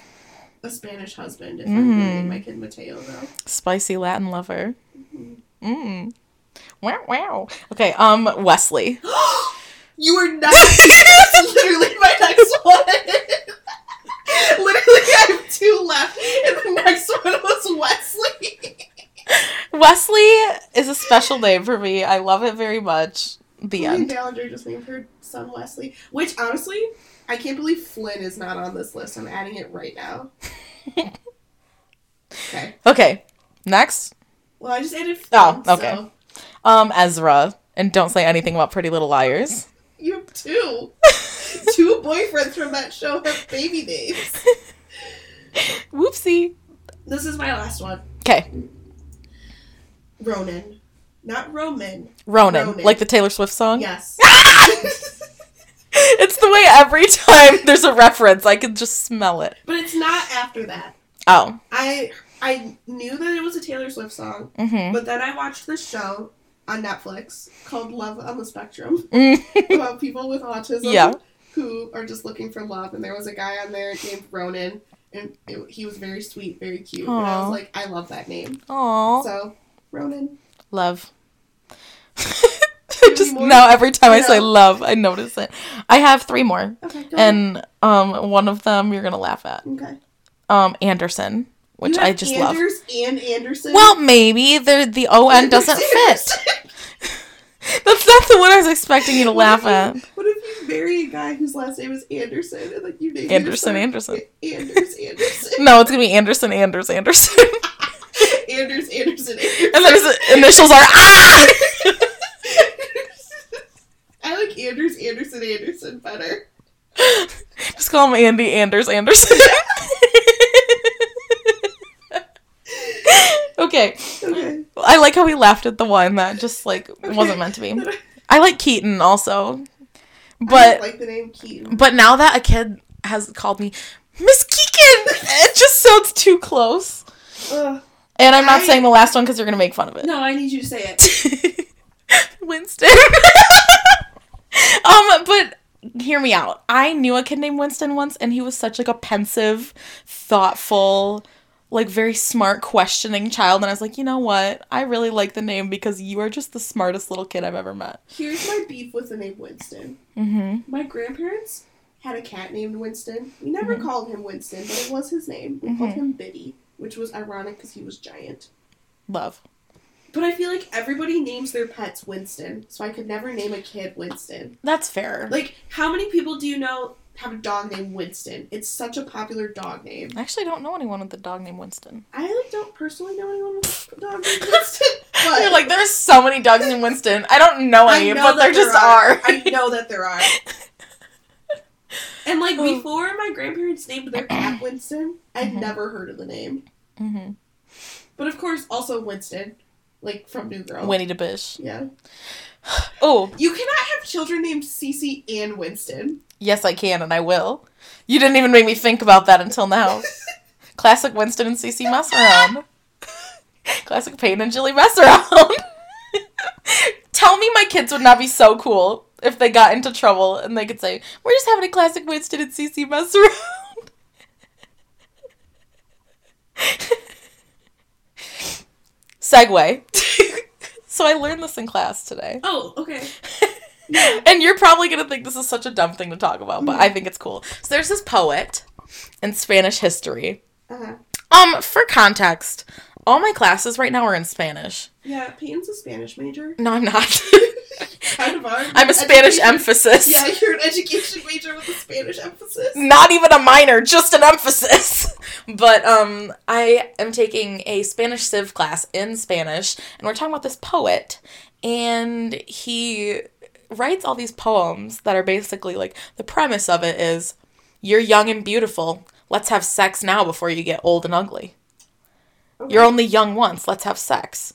a Spanish husband if I'm gonna name my kid Mateo though. spicy Latin lover. Mm. Wow, wow. Okay, um, Wesley. you are not. That's literally my next one. literally, I have two left, and the next one was Wesley. Wesley is a special name for me. I love it very much. The Me and end. Gallagher just named her son Wesley, which honestly, I can't believe Flynn is not on this list. I'm adding it right now. okay. Okay, next, Well, I just added. Oh, Flynn, so okay. um, Ezra. And don't say anything about Pretty Little Liars. you have two. two boyfriends from that show have baby names. Whoopsie. This is my last one. Okay, Ronan. Not Roman. Ronan, Ronan. like the Taylor Swift song. Yes. It's the way every time there's a reference, I can just smell it. but it's not after that. Oh, I I knew that it was a Taylor Swift song, Mm-hmm. but then I watched this show on Netflix called Love on the Spectrum Mm. about people with autism Yeah. who are just looking for love. And there was a guy on there named Ronan, and it, he was very sweet, very cute. And I Aw. was like, I love that name. Aw. So, Ronan. Love. Just more? now, every time I say No. love, I notice it. I have three more, Okay, go ahead. and um, one of them you're gonna laugh at. Okay. Um, Anderson, which You I have just love. Anders and Anderson. Well, maybe the the O N doesn't fit. That's not the one I was expecting you to laugh What at. if you- What if you marry a guy whose last name is Anderson and like you name Anderson, your son Anderson. Anders Anderson No, it's gonna be Anderson, Anders, Anderson, Anders Anderson Anderson. and there's initials are ah. I like Anders Anderson Anderson better. Just call him Andy Anders Anderson. okay. Okay. I like how we laughed at the one that just like wasn't meant to be. I like Keaton also. I don't But like the name Keaton. but now that a kid has called me Miss Keegan, it just sounds too close. Ugh. And I'm not I- saying the last one because you're gonna make fun of it. No, I need you to say it. Winston. um, but hear me out. I knew a kid named Winston once, and he was such like a pensive, thoughtful, like very smart, questioning child. And I was like, you know what? I really like the name because you are just the smartest little kid I've ever met. Here's my beef with the name Winston. Mm-hmm. My grandparents had a cat named Winston. We never Mm-hmm. called him Winston, but it was his name. We called Mhm. him Biddy, which was ironic because he was giant. Love. But I feel like everybody names their pets Winston, so I could never name a kid Winston. That's fair. Like, how many people do you know have a dog named Winston? It's such a popular dog name. I actually don't know anyone with a dog named Winston. I like don't personally know anyone with a dog named Winston. But You're like, there's so many dogs named Winston. I don't know I any, know but that there just are. are. I know that there are. And like Oh. before, my grandparents named their cat Winston. I'd Mhm. never heard of the name, hmm but of course, also Winston, like from New Girl. Winnie the Bish. yeah, Oh, you cannot have children named Cece and Winston. Yes, I can, and I will. You didn't even make me think about that until now. Classic Winston and Cece mess around. Classic Payne and Jilly mess around. Tell me my kids would not be so cool if they got into trouble and they could say, We're just having a classic Winston and Cece mess around. Segway. so I learned this in class today. Oh, okay. and you're probably gonna think this is such a dumb thing to talk about, but I think it's cool. So there's this poet in Spanish history. Uh huh. Um, for context, all my classes right now are in Spanish. Yeah, Peyton's a Spanish major. No, I'm not. Kind of are. I'm a Spanish Education- emphasis. Yeah, you're an education major with a Spanish emphasis. Not even a minor, just an emphasis. But um, I am taking a Spanish Civ class in Spanish, and we're talking about this poet, and he writes all these poems that are basically like the premise of it is you're young and beautiful. Let's have sex now before you get old and ugly. You're only young once. Let's have sex.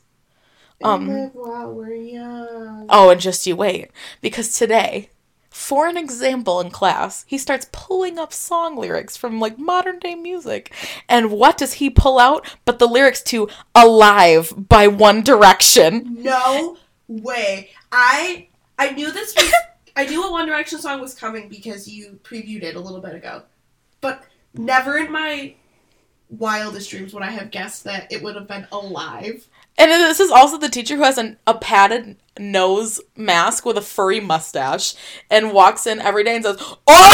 um, And live while we're young. Oh, and just you wait. Because today, for an example in class, he starts pulling up song lyrics from like modern day music. And what does he pull out but the lyrics to Alive by One Direction? No way. I I knew this was I knew a One Direction song was coming because you previewed it a little bit ago. But never in my wildest dreams would I have guessed that it would have been alive. And this is also the teacher who has an, a padded nose mask with a furry mustache and walks in every day and says,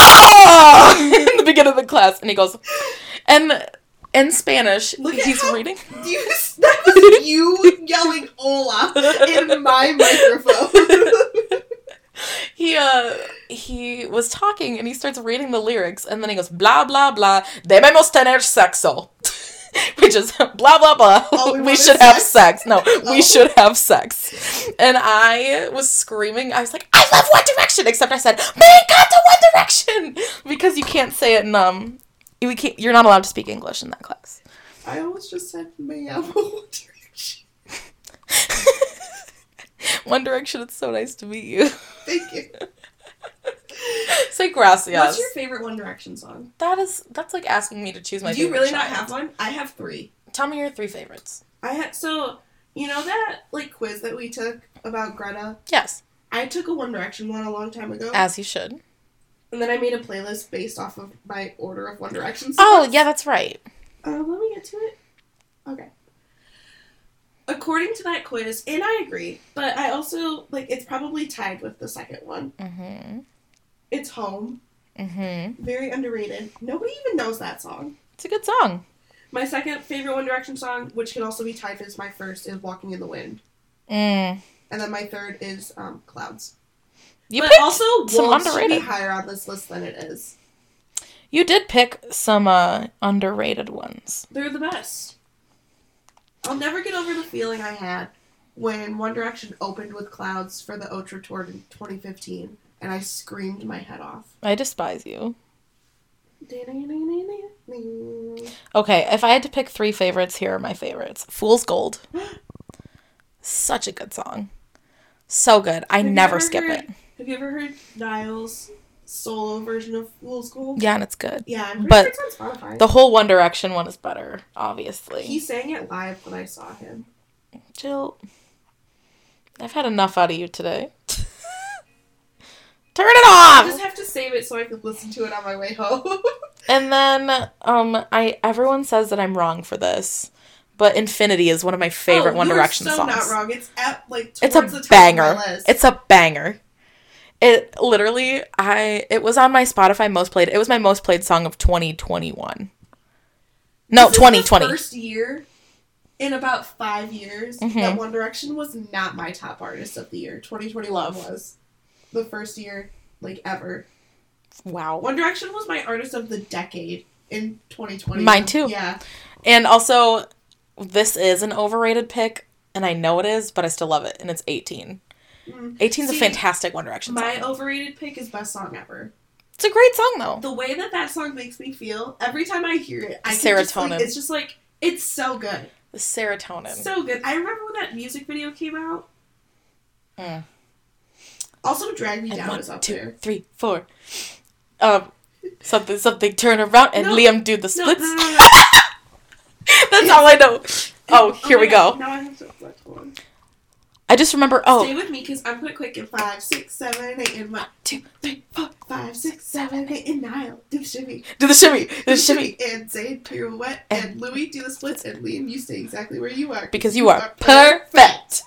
Oh! in the beginning of the class. And he goes, and in Spanish, Look at he's how- reading. You, that was you yelling Ola in my microphone. he uh he was talking and he starts reading the lyrics and then he goes blah blah blah debemos tener sexo which is blah blah blah Oh, we we, wanted should have sex? sex no Oh. we should have sex and i was screaming i was like i love one direction except i said me encanta one direction because you can't say it in um you can't, you're not allowed to speak english in that class I almost just said Mayam One Direction. one direction it's so nice to meet you Thank you. say gracias What's your favorite One Direction song? that is that's like asking me to choose my Do you favorite really not child. have one? I have three. tell me your three favorites. I had so you know that like quiz that we took about Greta. Yes, I took a One Direction one a long time ago, as you should. and then I made a playlist based off of my order of One Direction. Oh, songs. yeah, that's right. Uh, let me get to it. Okay. According to that quiz, and I agree, but I also like it's probably tied with the second one. Mhm. It's home, Mhm. very underrated. Nobody even knows that song. It's a good song. My second favorite One Direction song, which can also be tied as my first, is "Walking in the Wind," Mm. and then my third is um, "Clouds." You but picked, also, some "Wolves" should be underrated. higher on this list than it is. you did pick some uh, underrated ones. They're the best. I'll never get over the feeling I had when One Direction opened with Clouds for the Ultra Tour in 2015, and I screamed my head off. I despise you. Okay, if I had to pick three favorites, here are my favorites. Fool's Gold. Such a good song. So good. I Have you never ever skip heard- it. Have you ever heard Niall's solo version of Fool's Gold? Yeah, and it's good. Yeah, I'm pretty But sure it's on Spotify. The whole One Direction one is better, obviously. he sang it live when I saw him. Jill, I've had enough out of you today. Turn it off! I just have to save it so I could listen to it on my way home. And then um I everyone says that I'm wrong for this, but Infinity is one of my favorite Oh, One you are Direction so songs. not wrong. It's at like It's towards a the top Of banger. my list. It's a banger. It literally I it was on my Spotify most played. It was my most played song of 2021. No, This is the 2020. First year in about five years Mm-hmm. that One Direction was not my top artist of the year. 2021 was the first year like ever. Wow. One Direction was my artist of the decade in 2020. Mine too. Yeah, And also this is an overrated pick and I know it is, but I still love it and it's 18. Mm. 18's a See, fantastic One Direction my song. overrated pick is best song ever. it's a great song though. The way that that song makes me feel every time I hear it, I can Just, like, Serotonin. it's just like it's so good, The serotonin. so good. I remember when that music video came out. Mm. Also, Drag Me And Down one, is up two, there. three, four. Um, something, something. Turn around and No, Liam do the No, splits. no, no, no, no. That's all I know. Oh, here my we God, go. Now I have to select one. I just remember. Oh, Stay with me because I'm quick, quick in five, six, seven, eight, and one, two, three, four, five, six, seven, eight, and nine. Do the shimmy, do the shimmy, do the shimmy, and Zayn pirouette, and Louis do the splits, and Liam, you stay exactly where you are because you are perfect,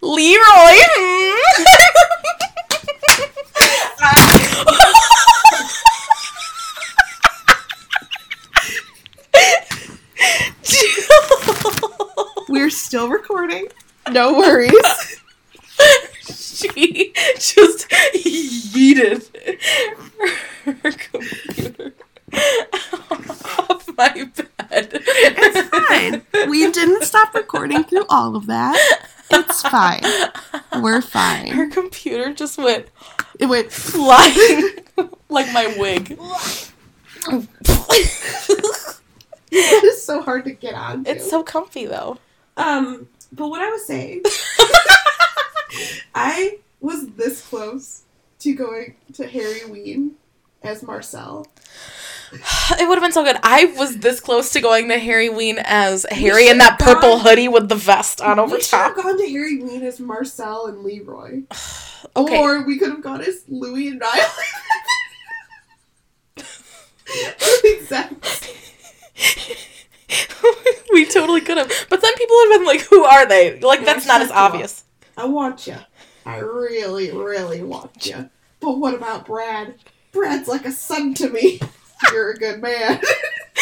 Leroy. We're still recording. No worries. she just yeeted her computer off my bed. It's fine. We didn't stop recording through all of that. It's fine. We're fine. Her computer just went It went flying like my wig. It is so hard to get on. to. it's so comfy though. Um, but what I was saying, I was this close to going to Harry Ween as Marcel. It would have been so good. I was this close to going to Harry Ween as Harry in that should've purple gone- hoodie with the vest on over we should have top. gone to Harry Ween as Marcel and Leroy, Okay. or we could have gone as Louis and Riley. exactly. we totally could have. But then people would have been like, who are they? Like, that's not as obvious. I want you. I really, really want you. But what about Brad? Brad's like a son to me. You're a good man.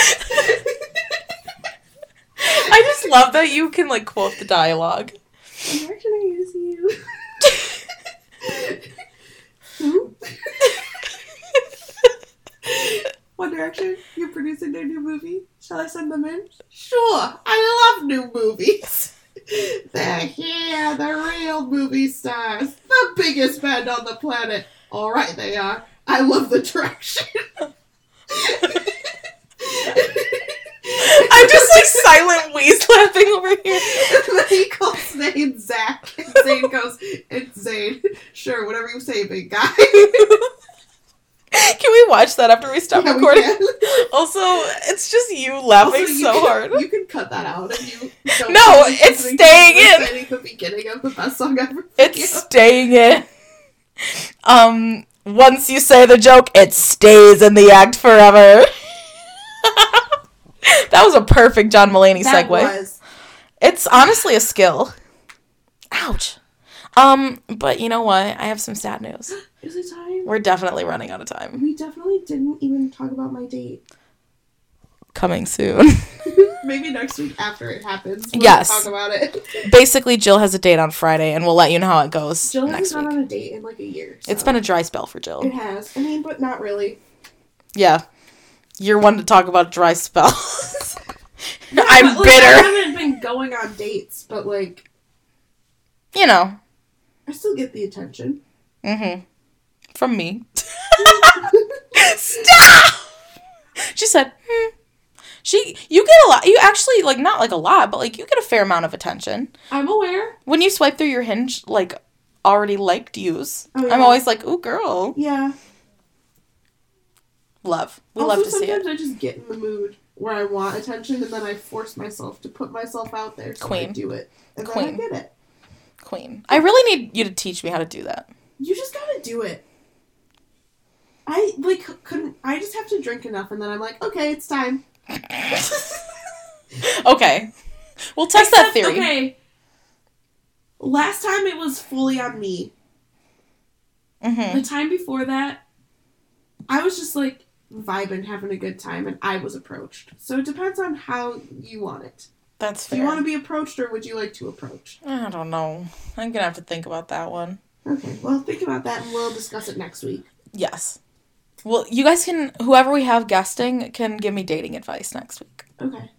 I just love that you can, like, quote the dialogue. Where can I use you? One Direction, you're producing their new movie. Shall I send them in? Sure. I love new movies. They're here, the real movie stars, the biggest band on the planet. All right, they are. I love the direction. I'm just, like, silent wheeze laughing over here. and then he calls Zane Zach. And Zane goes, It's Zane. Sure, whatever you say, big guy. Can we watch that after we stop Yeah, we recording? can. Also, it's just you laughing Also, you so can- hard. You can cut that out if you. Don't No, want to it's listen to staying this in. ending The beginning of the best song ever. It's Yeah. staying in. Um, once you say the joke, it stays in the act forever. that was a perfect John Mulaney That segue. was It's honestly a skill. Ouch. Um, but you know what? I have some sad news. is it time? We're definitely running out of time. We definitely didn't even talk about my date. Coming soon. Maybe next week after it happens. We'll Yes. Talk about it. Basically, Jill has a date on Friday, and we'll let you know how it goes Jill next hasn't week. gone on a date in like a year. It's so- been a dry spell for Jill. It has. I mean, but not really. Yeah. You're one to talk about dry spells. But, I'm like, I bitter. haven't been going on dates, but like You know. I still get the attention. Mm-hmm. From me. Stop! She said, hmm. She you get a lot you actually like not like a lot, but like you get a fair amount of attention. I'm aware. When you swipe through your hinge like already liked yous, Oh, I'm yeah. always like, ooh girl. Yeah. Love. We also, love to see sometimes it. I just get in the mood where I want attention, and then I force myself to put myself out there. So I Queen. do it, and Queen. then I get it. Queen. I really need you to teach me how to do that. You just gotta do it. I like c- couldn't. I just have to drink enough, and then I'm like, okay, it's time. okay. We'll test that theory. Okay. Last time it was fully on me. Mm-hmm. The time before that, I was just like vibing, having a good time, and I was approached. So it depends on how you want it. That's Do fair. you want to be approached, or would you like to approach? I don't know. I'm gonna have to think about that one. Okay, well, think about that, and we'll discuss it next week. Yes. Well, you guys can whoever we have guesting can give me dating advice next week. Okay,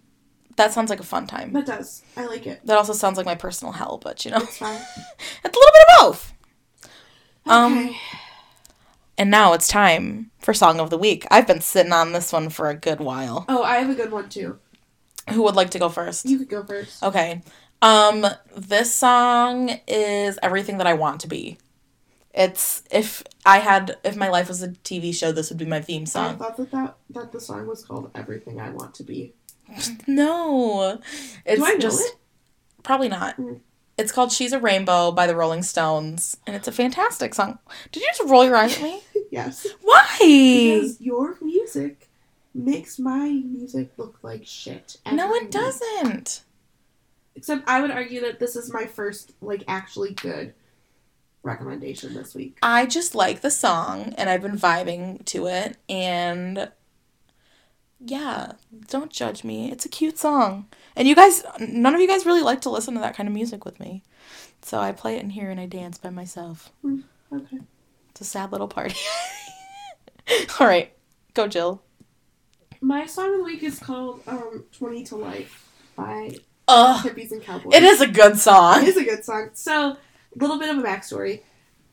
That sounds like a fun time. that does. I like it. That also sounds like my personal hell, but you know, It's fine. it's a little bit of both. Okay. Um, And now it's time for song of the week. I've been sitting on this one for a good while. oh, I have a good one too. Who would like to go first? You could go first. Okay. Um this song is Everything That I Want to Be. It's if I had if my life was a TV show, this would be my theme I song. thought that, that that the song was called "Everything I Want to Be." No. It's Do I know just it? probably not. Mm. It's called She's a Rainbow by the Rolling Stones and it's a fantastic song. Did you just roll your eyes at me? Yes. Why? Because your music makes my music look like shit. No, every it doesn't. Except I would argue that this is my first, like, actually good recommendation this week. I just like the song and I've been vibing to it and yeah, don't judge me. It's a cute song. And you guys none of you guys really like to listen to that kind of music with me. So I play it in here and I dance by myself. Okay. It's a sad little party. All right. Go Jill. My song of the week is called um, 20 to Life by Ugh. Hippies and Cowboys. It is a good It song. is a good song. So, a little bit of a backstory.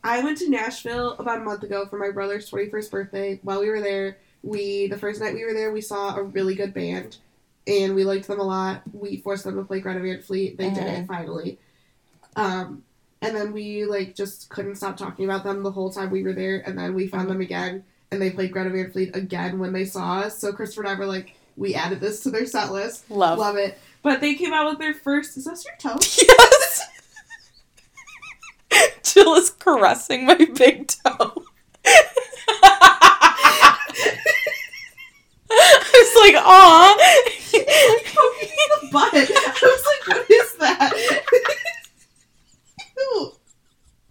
I went to Nashville about a month ago for my brother's 21st birthday. While we were there, we the first night we were there, we saw a really good band, and we liked them a lot. We forced them to play Greta Van Fleet. They did it finally. Um, and then we like just couldn't stop talking about them the whole time we were there. And then we found them again, and they played Greta Van Fleet again when they saw us. So Christopher and I were like, we added this to their set list. Love. Love it. But they came out with their first. Is this your toe? Yes. Jill is caressing my big toe. I was like, aw. butt. I was like, what is that? Ew.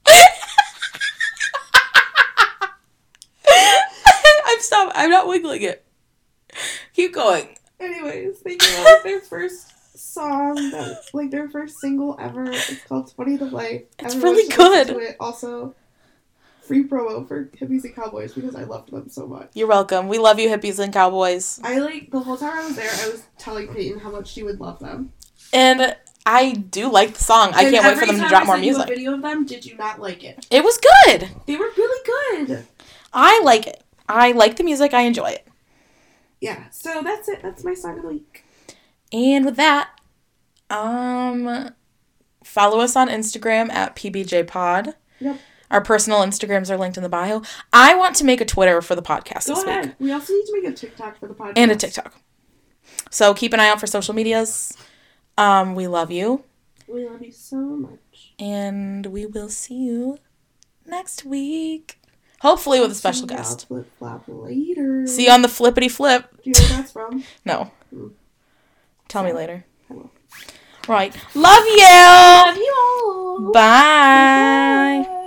I'm stop. I'm not wiggling it. Keep going. Anyways, they came out with their first song, that, like their first single ever. It's called 20 to Life. It's Everyone really should listen good. to it. Also, free promo for Hippies and Cowboys because I loved them so much. You're welcome. We love you, hippies and cowboys. I like, the whole time I was there, I was telling Peyton how much she would love them. And I do like the song. I And can't wait every for them to time drop I more sent you music. A video of them, did you not like it? It was good. They were really good. I like it. I like the music. I enjoy it. Yeah, so that's it. That's my song of the week. And with that, um, follow us on Instagram at PBJ Pod. Yep. Our personal Instagrams are linked in the bio. I want to make a Twitter for the podcast Go this ahead. week We also need to make a TikTok for the podcast. and a TikTok. So keep an eye out for social medias. Um, we love you, We love you so much. and we will see you next week. Hopefully, with a special guest. Flip flop later. See you on the flippity flip. Do you know where that's from? No. Tell me later. I will. Right. Love you. you all. Bye.